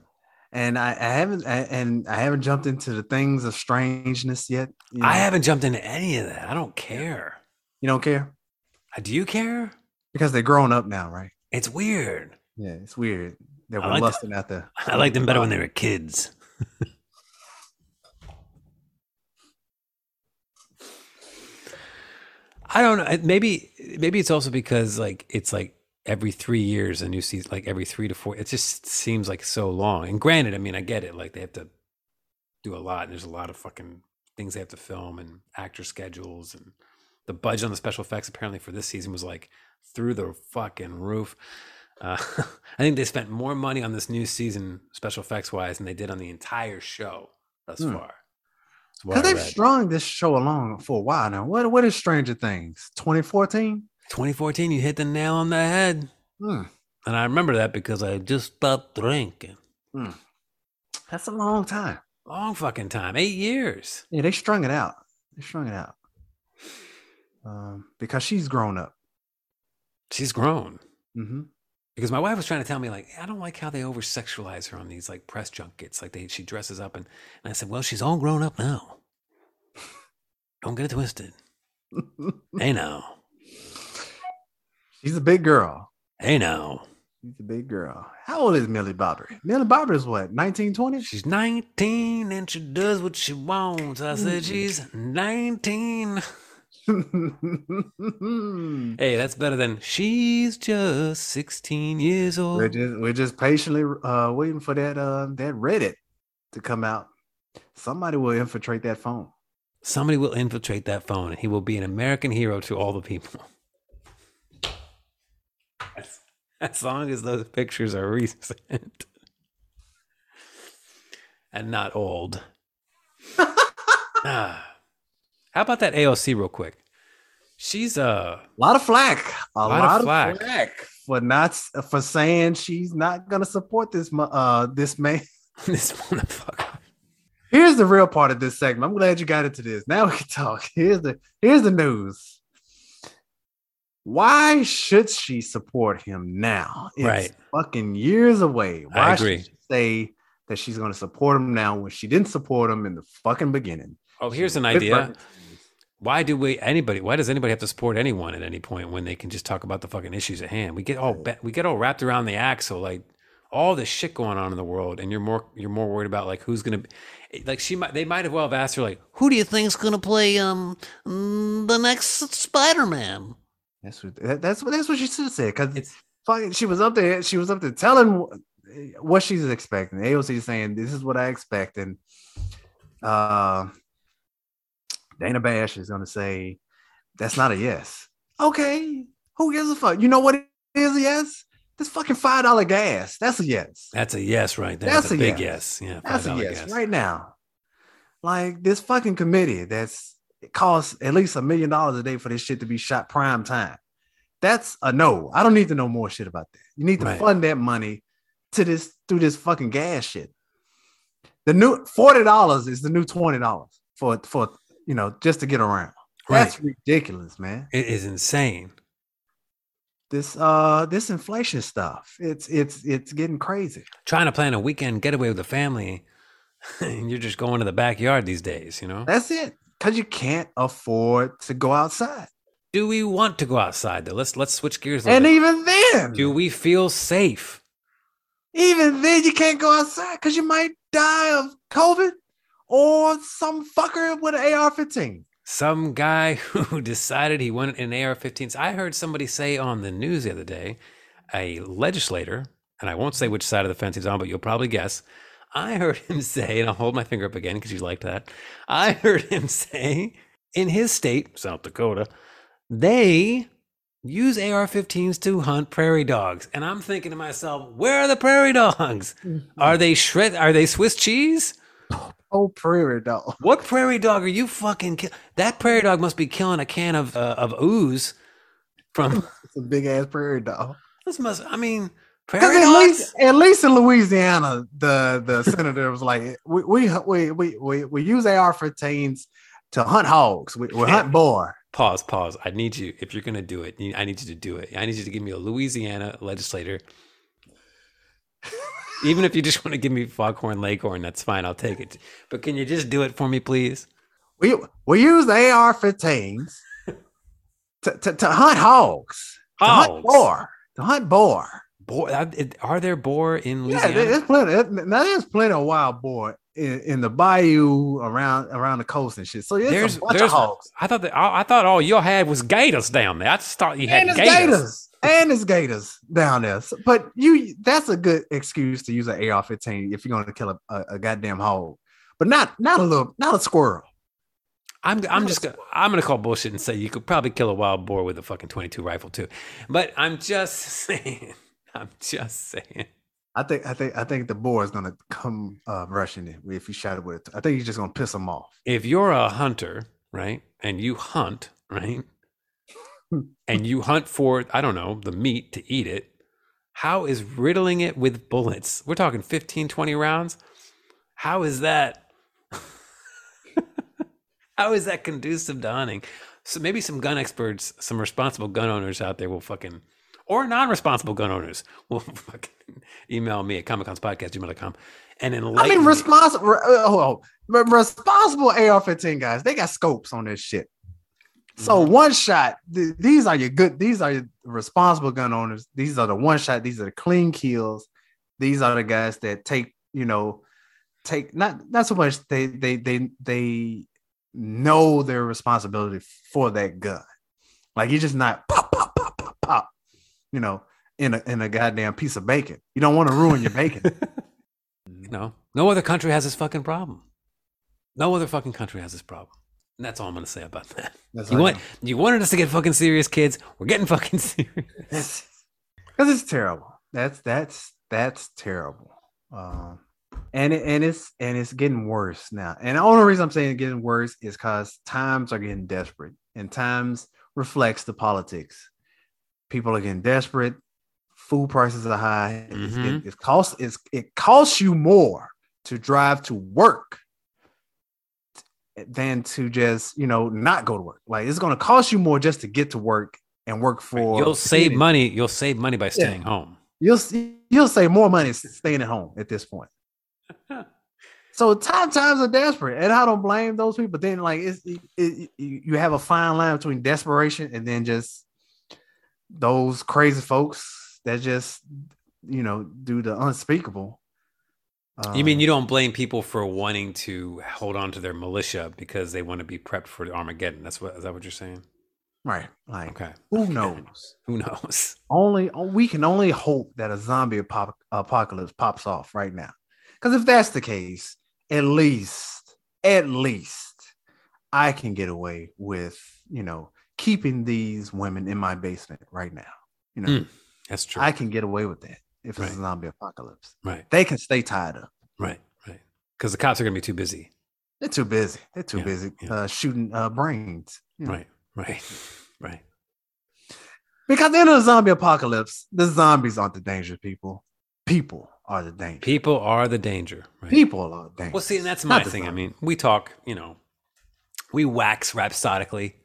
and I, I haven't I, and I haven't jumped into the things of strangeness yet. You, know?
I haven't jumped into any of that. I don't care.
you don't care
Uh, Do you care?
because they're grown up now, right?
It's weird.
Yeah, it's weird that
I
we're
like that.
lusting out there.
I liked them better when they were kids. I don't know. It- Maybe maybe it's also because like it's like every three years a new season, like every three to four. It just seems like so long. And granted, I mean, I get it. Like they have to do a lot, and there's a lot of fucking things they have to film and actor schedules and the budget on the special effects apparently for this season was like through the fucking roof. Uh, I think they spent more money on this new season special effects wise than they did on the entire show thus
Hmm.
far. That's what I
Because they've
read.
strung this show along for a while now. What what is Stranger Things? 2014?
2014, you hit the nail on the head.
Hmm.
And I remember that because I just stopped drinking.
That's a long time.
Long fucking time, eight years.
Yeah, they strung it out. They strung it out. Um, because she's grown up.
She's grown.
hmm
Because my wife was trying to tell me, like, I don't like how they over sexualize her on these like press junkets. Like they she dresses up and, and I said, Well, she's all grown up now. Don't get it twisted. hey now.
She's a big girl.
Hey now.
She's a big girl. How old is Millie Bobber? Millie Bobber is what, 1920?
She's 19 and she does what she wants. I said she's 19. Hey, that's better than she's just 16 years old.
we're just we're just patiently uh, waiting for that uh, that Reddit to come out. Somebody will infiltrate that phone.
Somebody will infiltrate that phone and he will be an American hero to all the people. As, as long as those pictures are recent and not old. Ah. How about that AOC real quick? She's uh
A lot of flack. A,
lot
lot,
of
of
flack.
flack. for not s- for saying she's not gonna support this mo- uh this man.
this motherfucker.
Here's the real part of this segment. I'm glad you got into this. Now we can talk. Here's the here's the news. Why should she support him now? It's
Right.
fucking years away. Why
I agree.
should she say that she's going to support him now when she didn't support him in the fucking beginning?
Oh, here's an
Quit
idea.
fucking-
Why do we anybody? Why does anybody have to support anyone at any point when they can just talk about the fucking issues at hand? We get all ba- we get all wrapped around the axle, like all this shit going on in the world, and you're more you're more worried about like who's gonna, be- like she might they might have well have asked her like who do you think's gonna play um mm, the next Spider Man?
That's what that- that's what that's what she should have said. Cause
It's-
fucking she was up there, she was up there telling wh- what she's expecting. AOC saying, This is what I expect. And uh Dana Bash is gonna say, That's not a yes. Okay, who gives a fuck? You know what is a yes? This fucking five dollar gas. That's a yes.
That's a yes right there.
That's
That's, a,
a
big yes.
yes.
Yeah,
That's a
$5
yes, right now. Like this fucking committee that's it costs at least a million dollars a day for this shit to be shot prime time. That's a no. I don't need to know more shit about that. You need to
Right.
fund that money to this through this fucking gas shit. The new forty dollars is the new twenty dollars for for you know just to get around. That's ridiculous, man.
It is insane.
This uh this inflation stuff. It's it's it's getting crazy.
Trying to plan a weekend getaway with the family, and you're just going to the backyard these days. You know.
That's it. Cause you can't afford to go outside.
Do we want to go outside though? Let's let's switch gears. A little
And
bit.
even then,
Do we feel safe?
even then, you can't go outside because you might die of COVID or some fucker with an AR 15.
Some guy who decided he wanted an AR-15. I heard somebody say on the news the other day, a legislator, and I won't say which side of the fence he's on, but you'll probably guess. I heard him say, and I'll hold my finger up again because you liked that. I heard him say in his state, South Dakota, they use AR-15s to hunt prairie dogs. And I'm thinking to myself, where are the prairie dogs? Are they shred? Are they Swiss cheese?
Oh, prairie dog.
What prairie dog are you fucking? Kill- that prairie dog must be killing a can of uh, of ooze from.
It's a big ass prairie dog.
This must. I mean,
'Cause
prairie
at least,
dogs.
at least in Louisiana, the, the senator was like, we, we, we, we, we, we use AR 15s to hunt hogs, we, we hunt boar.
Pause. Pause. I need you. If you're gonna do it, you- I need you to do it. I need you to give me a Louisiana legislator. Even if you just want to give me Foghorn Leghorn, that's fine. I'll take it. But can you just do it for me, please?
We, we use AR 15s to, to, to hunt hogs, to hunt
Hogs.
boar, to hunt boar.
boar? Are are there boar in
Yeah,
Louisiana?
there's plenty. it- Now there's plenty of wild boar in, in the bayou around around the coast and shit. So it's
There's-
a bunch
there's-
of hogs.
I thought that I, I thought all y'all had was gators down there. I just thought you had
and it's
gators.
gators. and it's gators down there. So- But you, that's a good excuse to use an AR-15 if you're going to kill a, a, a goddamn hog. But not not a little, not a squirrel.
I'm I'm just gonna, I'm gonna call bullshit and say you could probably kill a wild boar with a fucking 22 rifle too. But I'm just saying. I'm just saying.
I think I think I think the boar is going to come uh, rushing in if you shot it with. it. I think you're just going to piss them off.
If you're a hunter, right, and you hunt, right, and you hunt for I don't know the meat to eat it, how is riddling it with bullets? We're talking 15, 20 rounds. How is that? how is that conducive to hunting? So maybe some gun experts, some responsible gun owners out there will fucking, or non-responsible gun owners will fucking email me at comiconspodcast.gmail.com and
I
enlighten
mean,
me.
responsible. Oh, oh, responsible AR-15 guys. They got scopes on this shit. So
Mm-hmm.
one shot. th- these are your good. These are your responsible gun owners. These are the one shot. These are the clean kills. These are the guys that take. You know, take not not so much. They they they they know their responsibility for that gun. Like you're just not pop pop pop pop pop. You know, in a in a goddamn piece of bacon. You don't want to ruin your bacon.
No, no other country has this fucking problem. No other fucking country has this problem. And that's all I'm gonna say about that.
That's
you
all I
want
know.
you wanted us to get fucking serious, kids. We're getting fucking serious.
because it's terrible. That's that's that's terrible. Um, and it, and it's and it's getting worse now. And the only reason I'm saying it's getting worse is because times are getting desperate, and times reflects the politics. People are getting desperate. Food prices are high. It's
Mhm.
getting- It, costs it's, it costs you more to drive to work than to just you know not go to work. Like it's going to cost you more just to get to work and work for.
You'll save
money
money. You'll save money by staying home.
you'll see, you'll save more money staying at home at this point. so time times are desperate, and I don't blame those people. But then, like, it's it, it, you you have a fine line between desperation and then just those crazy folks that just you know do the unspeakable. Uh, Um,
You mean you don't blame people for wanting to hold on to their militia because they want to be prepped for Armageddon? That's what is that what you're saying?
right? Like,
Okay.
who knows?
Who knows?
only we can only hope that a zombie apop- apocalypse pops off right now because if that's the case at least at least i can get away with you know keeping these women in my basement right now you know
Mm, That's true.
i can get away with that if
Right.
it's a zombie apocalypse
right.
they can stay tied up
Right. Right. Because the cops are gonna be too busy.
they're too busy they're too
Yeah,
busy
yeah.
uh, shooting uh, brains you know.
Right. Right. Right.
because at the end of the zombie apocalypse the zombies aren't the dangerous people people are the danger people,
People are the danger. Right.
are the danger
Well, see, and that's
Not
my
the
thing. I
zombie.
mean, we talk, you know, we wax rhapsodically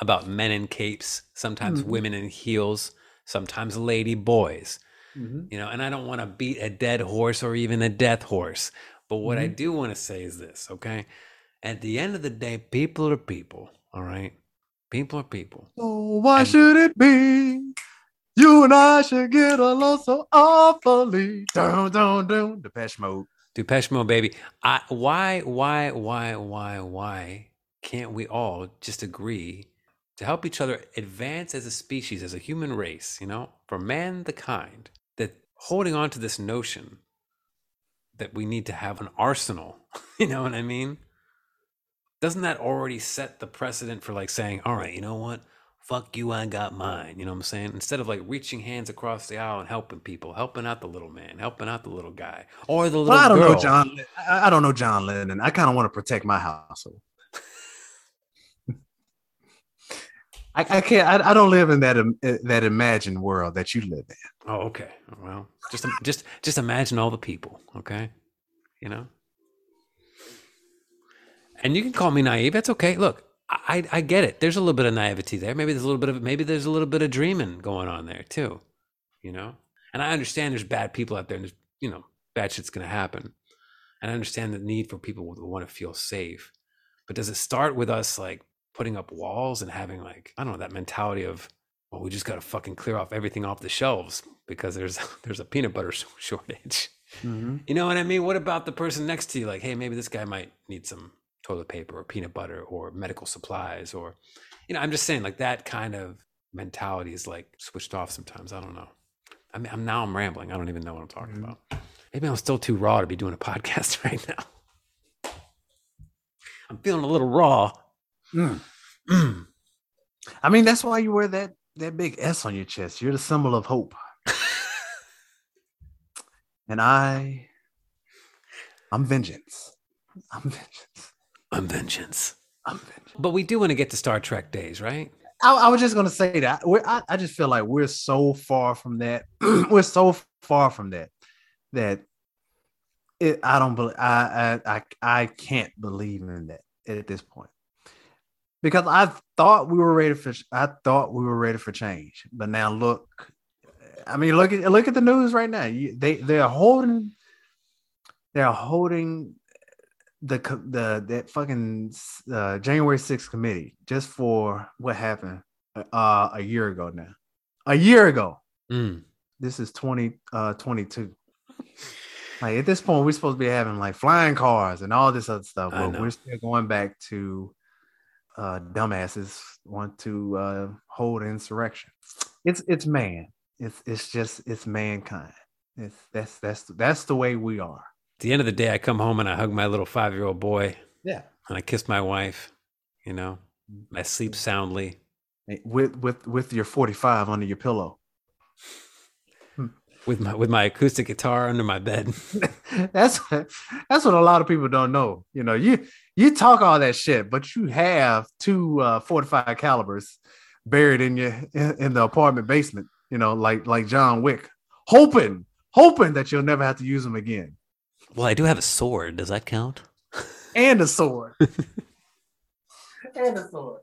about men in capes, sometimes women in heels, sometimes lady boys,
Mm-hmm.
you know, and I don't want to beat a dead horse or even a death horse. But what I do want to say is this, okay? At the end of the day, people are people, all right? People are people.
Oh, why
And-
should it be? You and I should get along so awfully. Down, down, down. Depeche Mode.
Depeche Mode, baby. I, why, why, why, why, why can't we all just agree to help each other advance as a species, as a human race, you know, for man the kind, that holding on to this notion that we need to have an arsenal, you know what I mean? Doesn't that already set the precedent for like saying, all right, you know what? Fuck you, I got mine. You know what I'm saying? Instead of like reaching hands across the aisle and helping people, helping out the little man, helping out the little guy, or the little
Well, I don't
girl.
know John. I, I don't know John Lennon. I kind of want to protect my household. I, I can't. I, I don't live in that im- uh, that imagined world that you live in.
Oh, okay. Well, just im- just just imagine all the people, okay? You know. And you can call me naive. That's okay. Look, I I I get it. There's a little bit of naivety there. Maybe there's a little bit of maybe there's a little bit of dreaming going on there too, you know. And I understand there's bad people out there, and there's you know bad shit's gonna happen. And I understand the need for people to want to feel safe, but does it start with us like putting up walls and having like I don't know that mentality of well we just gotta fucking clear off everything off the shelves because there's there's a peanut butter sh- shortage.
Mm-hmm.
You know what I mean? What about the person next to you? Like, hey, maybe this guy might need some toilet paper or peanut butter or medical supplies or, you know, I'm just saying like that kind of mentality is like switched off sometimes. I don't know. I mean, I'm now I'm rambling. I don't even know what I'm talking about. Maybe I'm still too raw to be doing a podcast right now. I'm feeling a little raw.
I mean, that's why you wear that that big S on your chest. You're the symbol of hope. and I, I'm vengeance. I'm vengeance.
I'm vengeance.
I'm vengeance.
But we do want to get to Star Trek days, right?
I, I was just gonna say that. We're, I, I just feel like we're so far from that. we're so far from that that it. I don't believe. I, I I I can't believe in that at this point because I thought we were ready for. I thought we were ready for change, but now look. I mean, look at look at the news right now. You, they they're holding. They're holding the co- the that fucking uh, January 6th committee just for what happened uh, a year ago now. A year ago.
Mm.
This is 20 uh 22. Like at this point, we're supposed to be having like flying cars and all this other stuff.
I
But
know.
we're still going back to uh dumbasses want to uh hold insurrection. It's it's man. It's it's just it's mankind. It's that's that's that's the way we are.
At the end of the day, I come home and I hug my little five year old boy
Yeah.
and I kiss my wife. You know, I sleep soundly.
eh, With with with your 45 under your pillow.
with my with my acoustic guitar under my bed.
that's that's what a lot of people don't know. You know, you you talk all that shit, but you have two uh, fortified calibers buried in your in, in the apartment basement. You know, like like John Wick, hoping hoping that you'll never have to use them again,
Well, I do have a sword. Does that count?
and a sword, and a sword.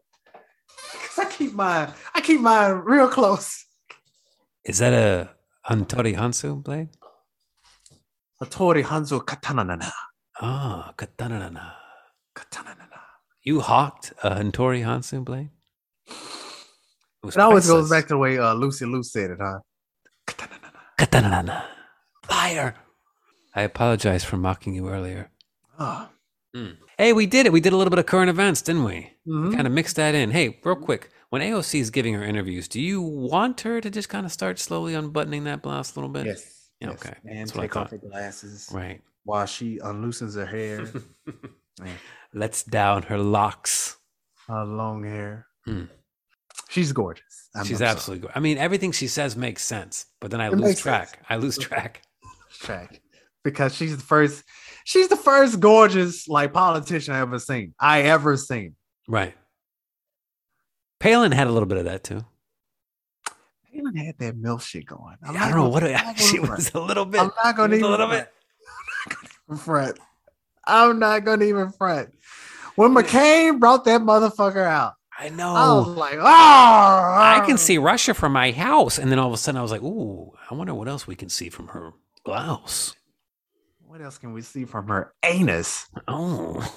'Cause I keep mine I keep mine real close.
Is that a Huntori Hansu blade?
Hattori Hanzo Katanana
Ah, katanana.
Katanana.
You hawked a Huntori Hansu blade? It was
It always goes
priceless.
back to the way uh, Lucy Lou said it, huh? Katanana.
katanana. Liar. I apologize for mocking you earlier.
Ah.
Hey, we did it. We did a little bit of current events, didn't we?
Mhm.
Kind of mixed that in. Hey, real quick, when AOC is giving her interviews, do you want her to just kind of start slowly unbuttoning that blouse a little bit?
Yes.
Yeah,
yes.
okay.
And
That's what I
take off
thought.
her glasses
Right.
while she unloosens her hair,
Let's down her locks.
her long hair.
Mm.
She's gorgeous. I'm-
She's
I'm sorry.
absolutely. Go- I mean, everything she says makes sense, but then I
It
lose
makes
track. I lose track.
track because she's the first. She's the first gorgeous like politician I ever seen. I ever seen.
Right. Palin had a little bit of that too.
She even had that milkshake going.
I
I'm
don't
not
know
gonna-
what
I'm not
she
gonna
was a little bit.
front. I'm not
she
gonna
was
even
a little
front.
bit.
front. I'm not gonna even front. When McCain brought that motherfucker out,
I know.
I was like, oh, I
I
Um,
can see Russia from my house, and then all of a sudden I was like, "Ooh, I wonder what else we can see from her blouse."
What else can we see from her anus?
Oh,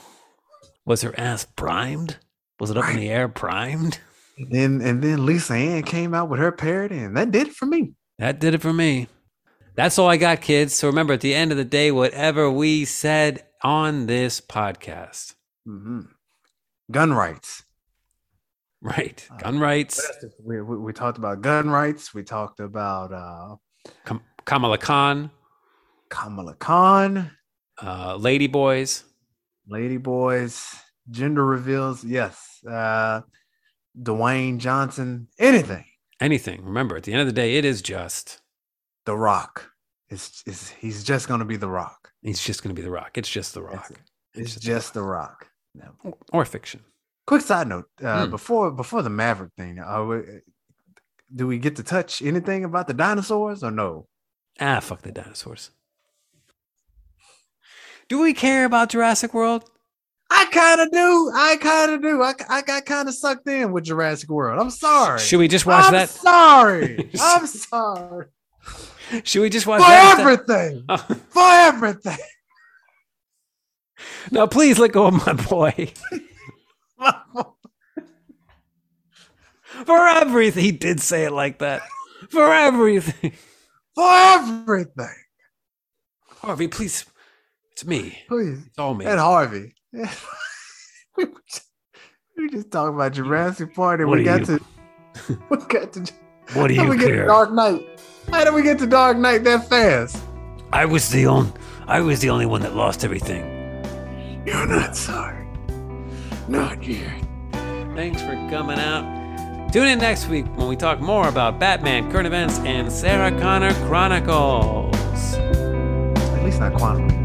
was her ass primed? Was it up in the air primed?
Then and then Lisa Ann came out with her parody, and that did it for me.
That did it for me. That's all I got, kids. So remember, at the end of the day, whatever we said on this podcast,
Mhm. Gun rights.
right?
Uh,
Gun rights,
We, we, we talked about gun rights. We talked about uh,
Kam- Kamala Khan,
Kamala Khan,
uh, Lady Boys,
Lady Boys, gender reveals. Yes, uh, Dwayne Johnson. Anything.
anything. Remember, at the end of the day, it is just,
The Rock. It's, it's he's just gonna be The Rock.
it's just going to be The Rock. It's just The
That's
Rock.
it. It's just The Rock. No.
Or fiction.
Quick side note: uh,
Hmm.
before before the Maverick thing, are we, do we get to touch anything about the dinosaurs or no?
Ah, fuck the dinosaurs. Do we care about Jurassic World?
I kind of do. I kind of do. I, I got kind of sucked in with Jurassic World. I'm sorry.
Should we just watch
I'm
that?
sorry. I'm sorry
Should we just watch
for
that?
everything.
instead?
For everything.
Oh, no, please let go of my boy. For everything. He did say it like that. For everything.
for everything.
Harvey, please. It's me.
Please.
It's all me.
And Harvey. we were just- we were just talking about Jurassic Park and
What
we
are
got
you?
to we got to
What do
how
you
we get to
care?
Dark Knight. How did we get to Dark Knight that fast?
I was the only. I was the only one that lost everything.
You're not sorry. Not yet.
Thanks for coming out. Tune in next week when we talk more about Batman, current events, and Sarah Connor Chronicles.
At least not quantum.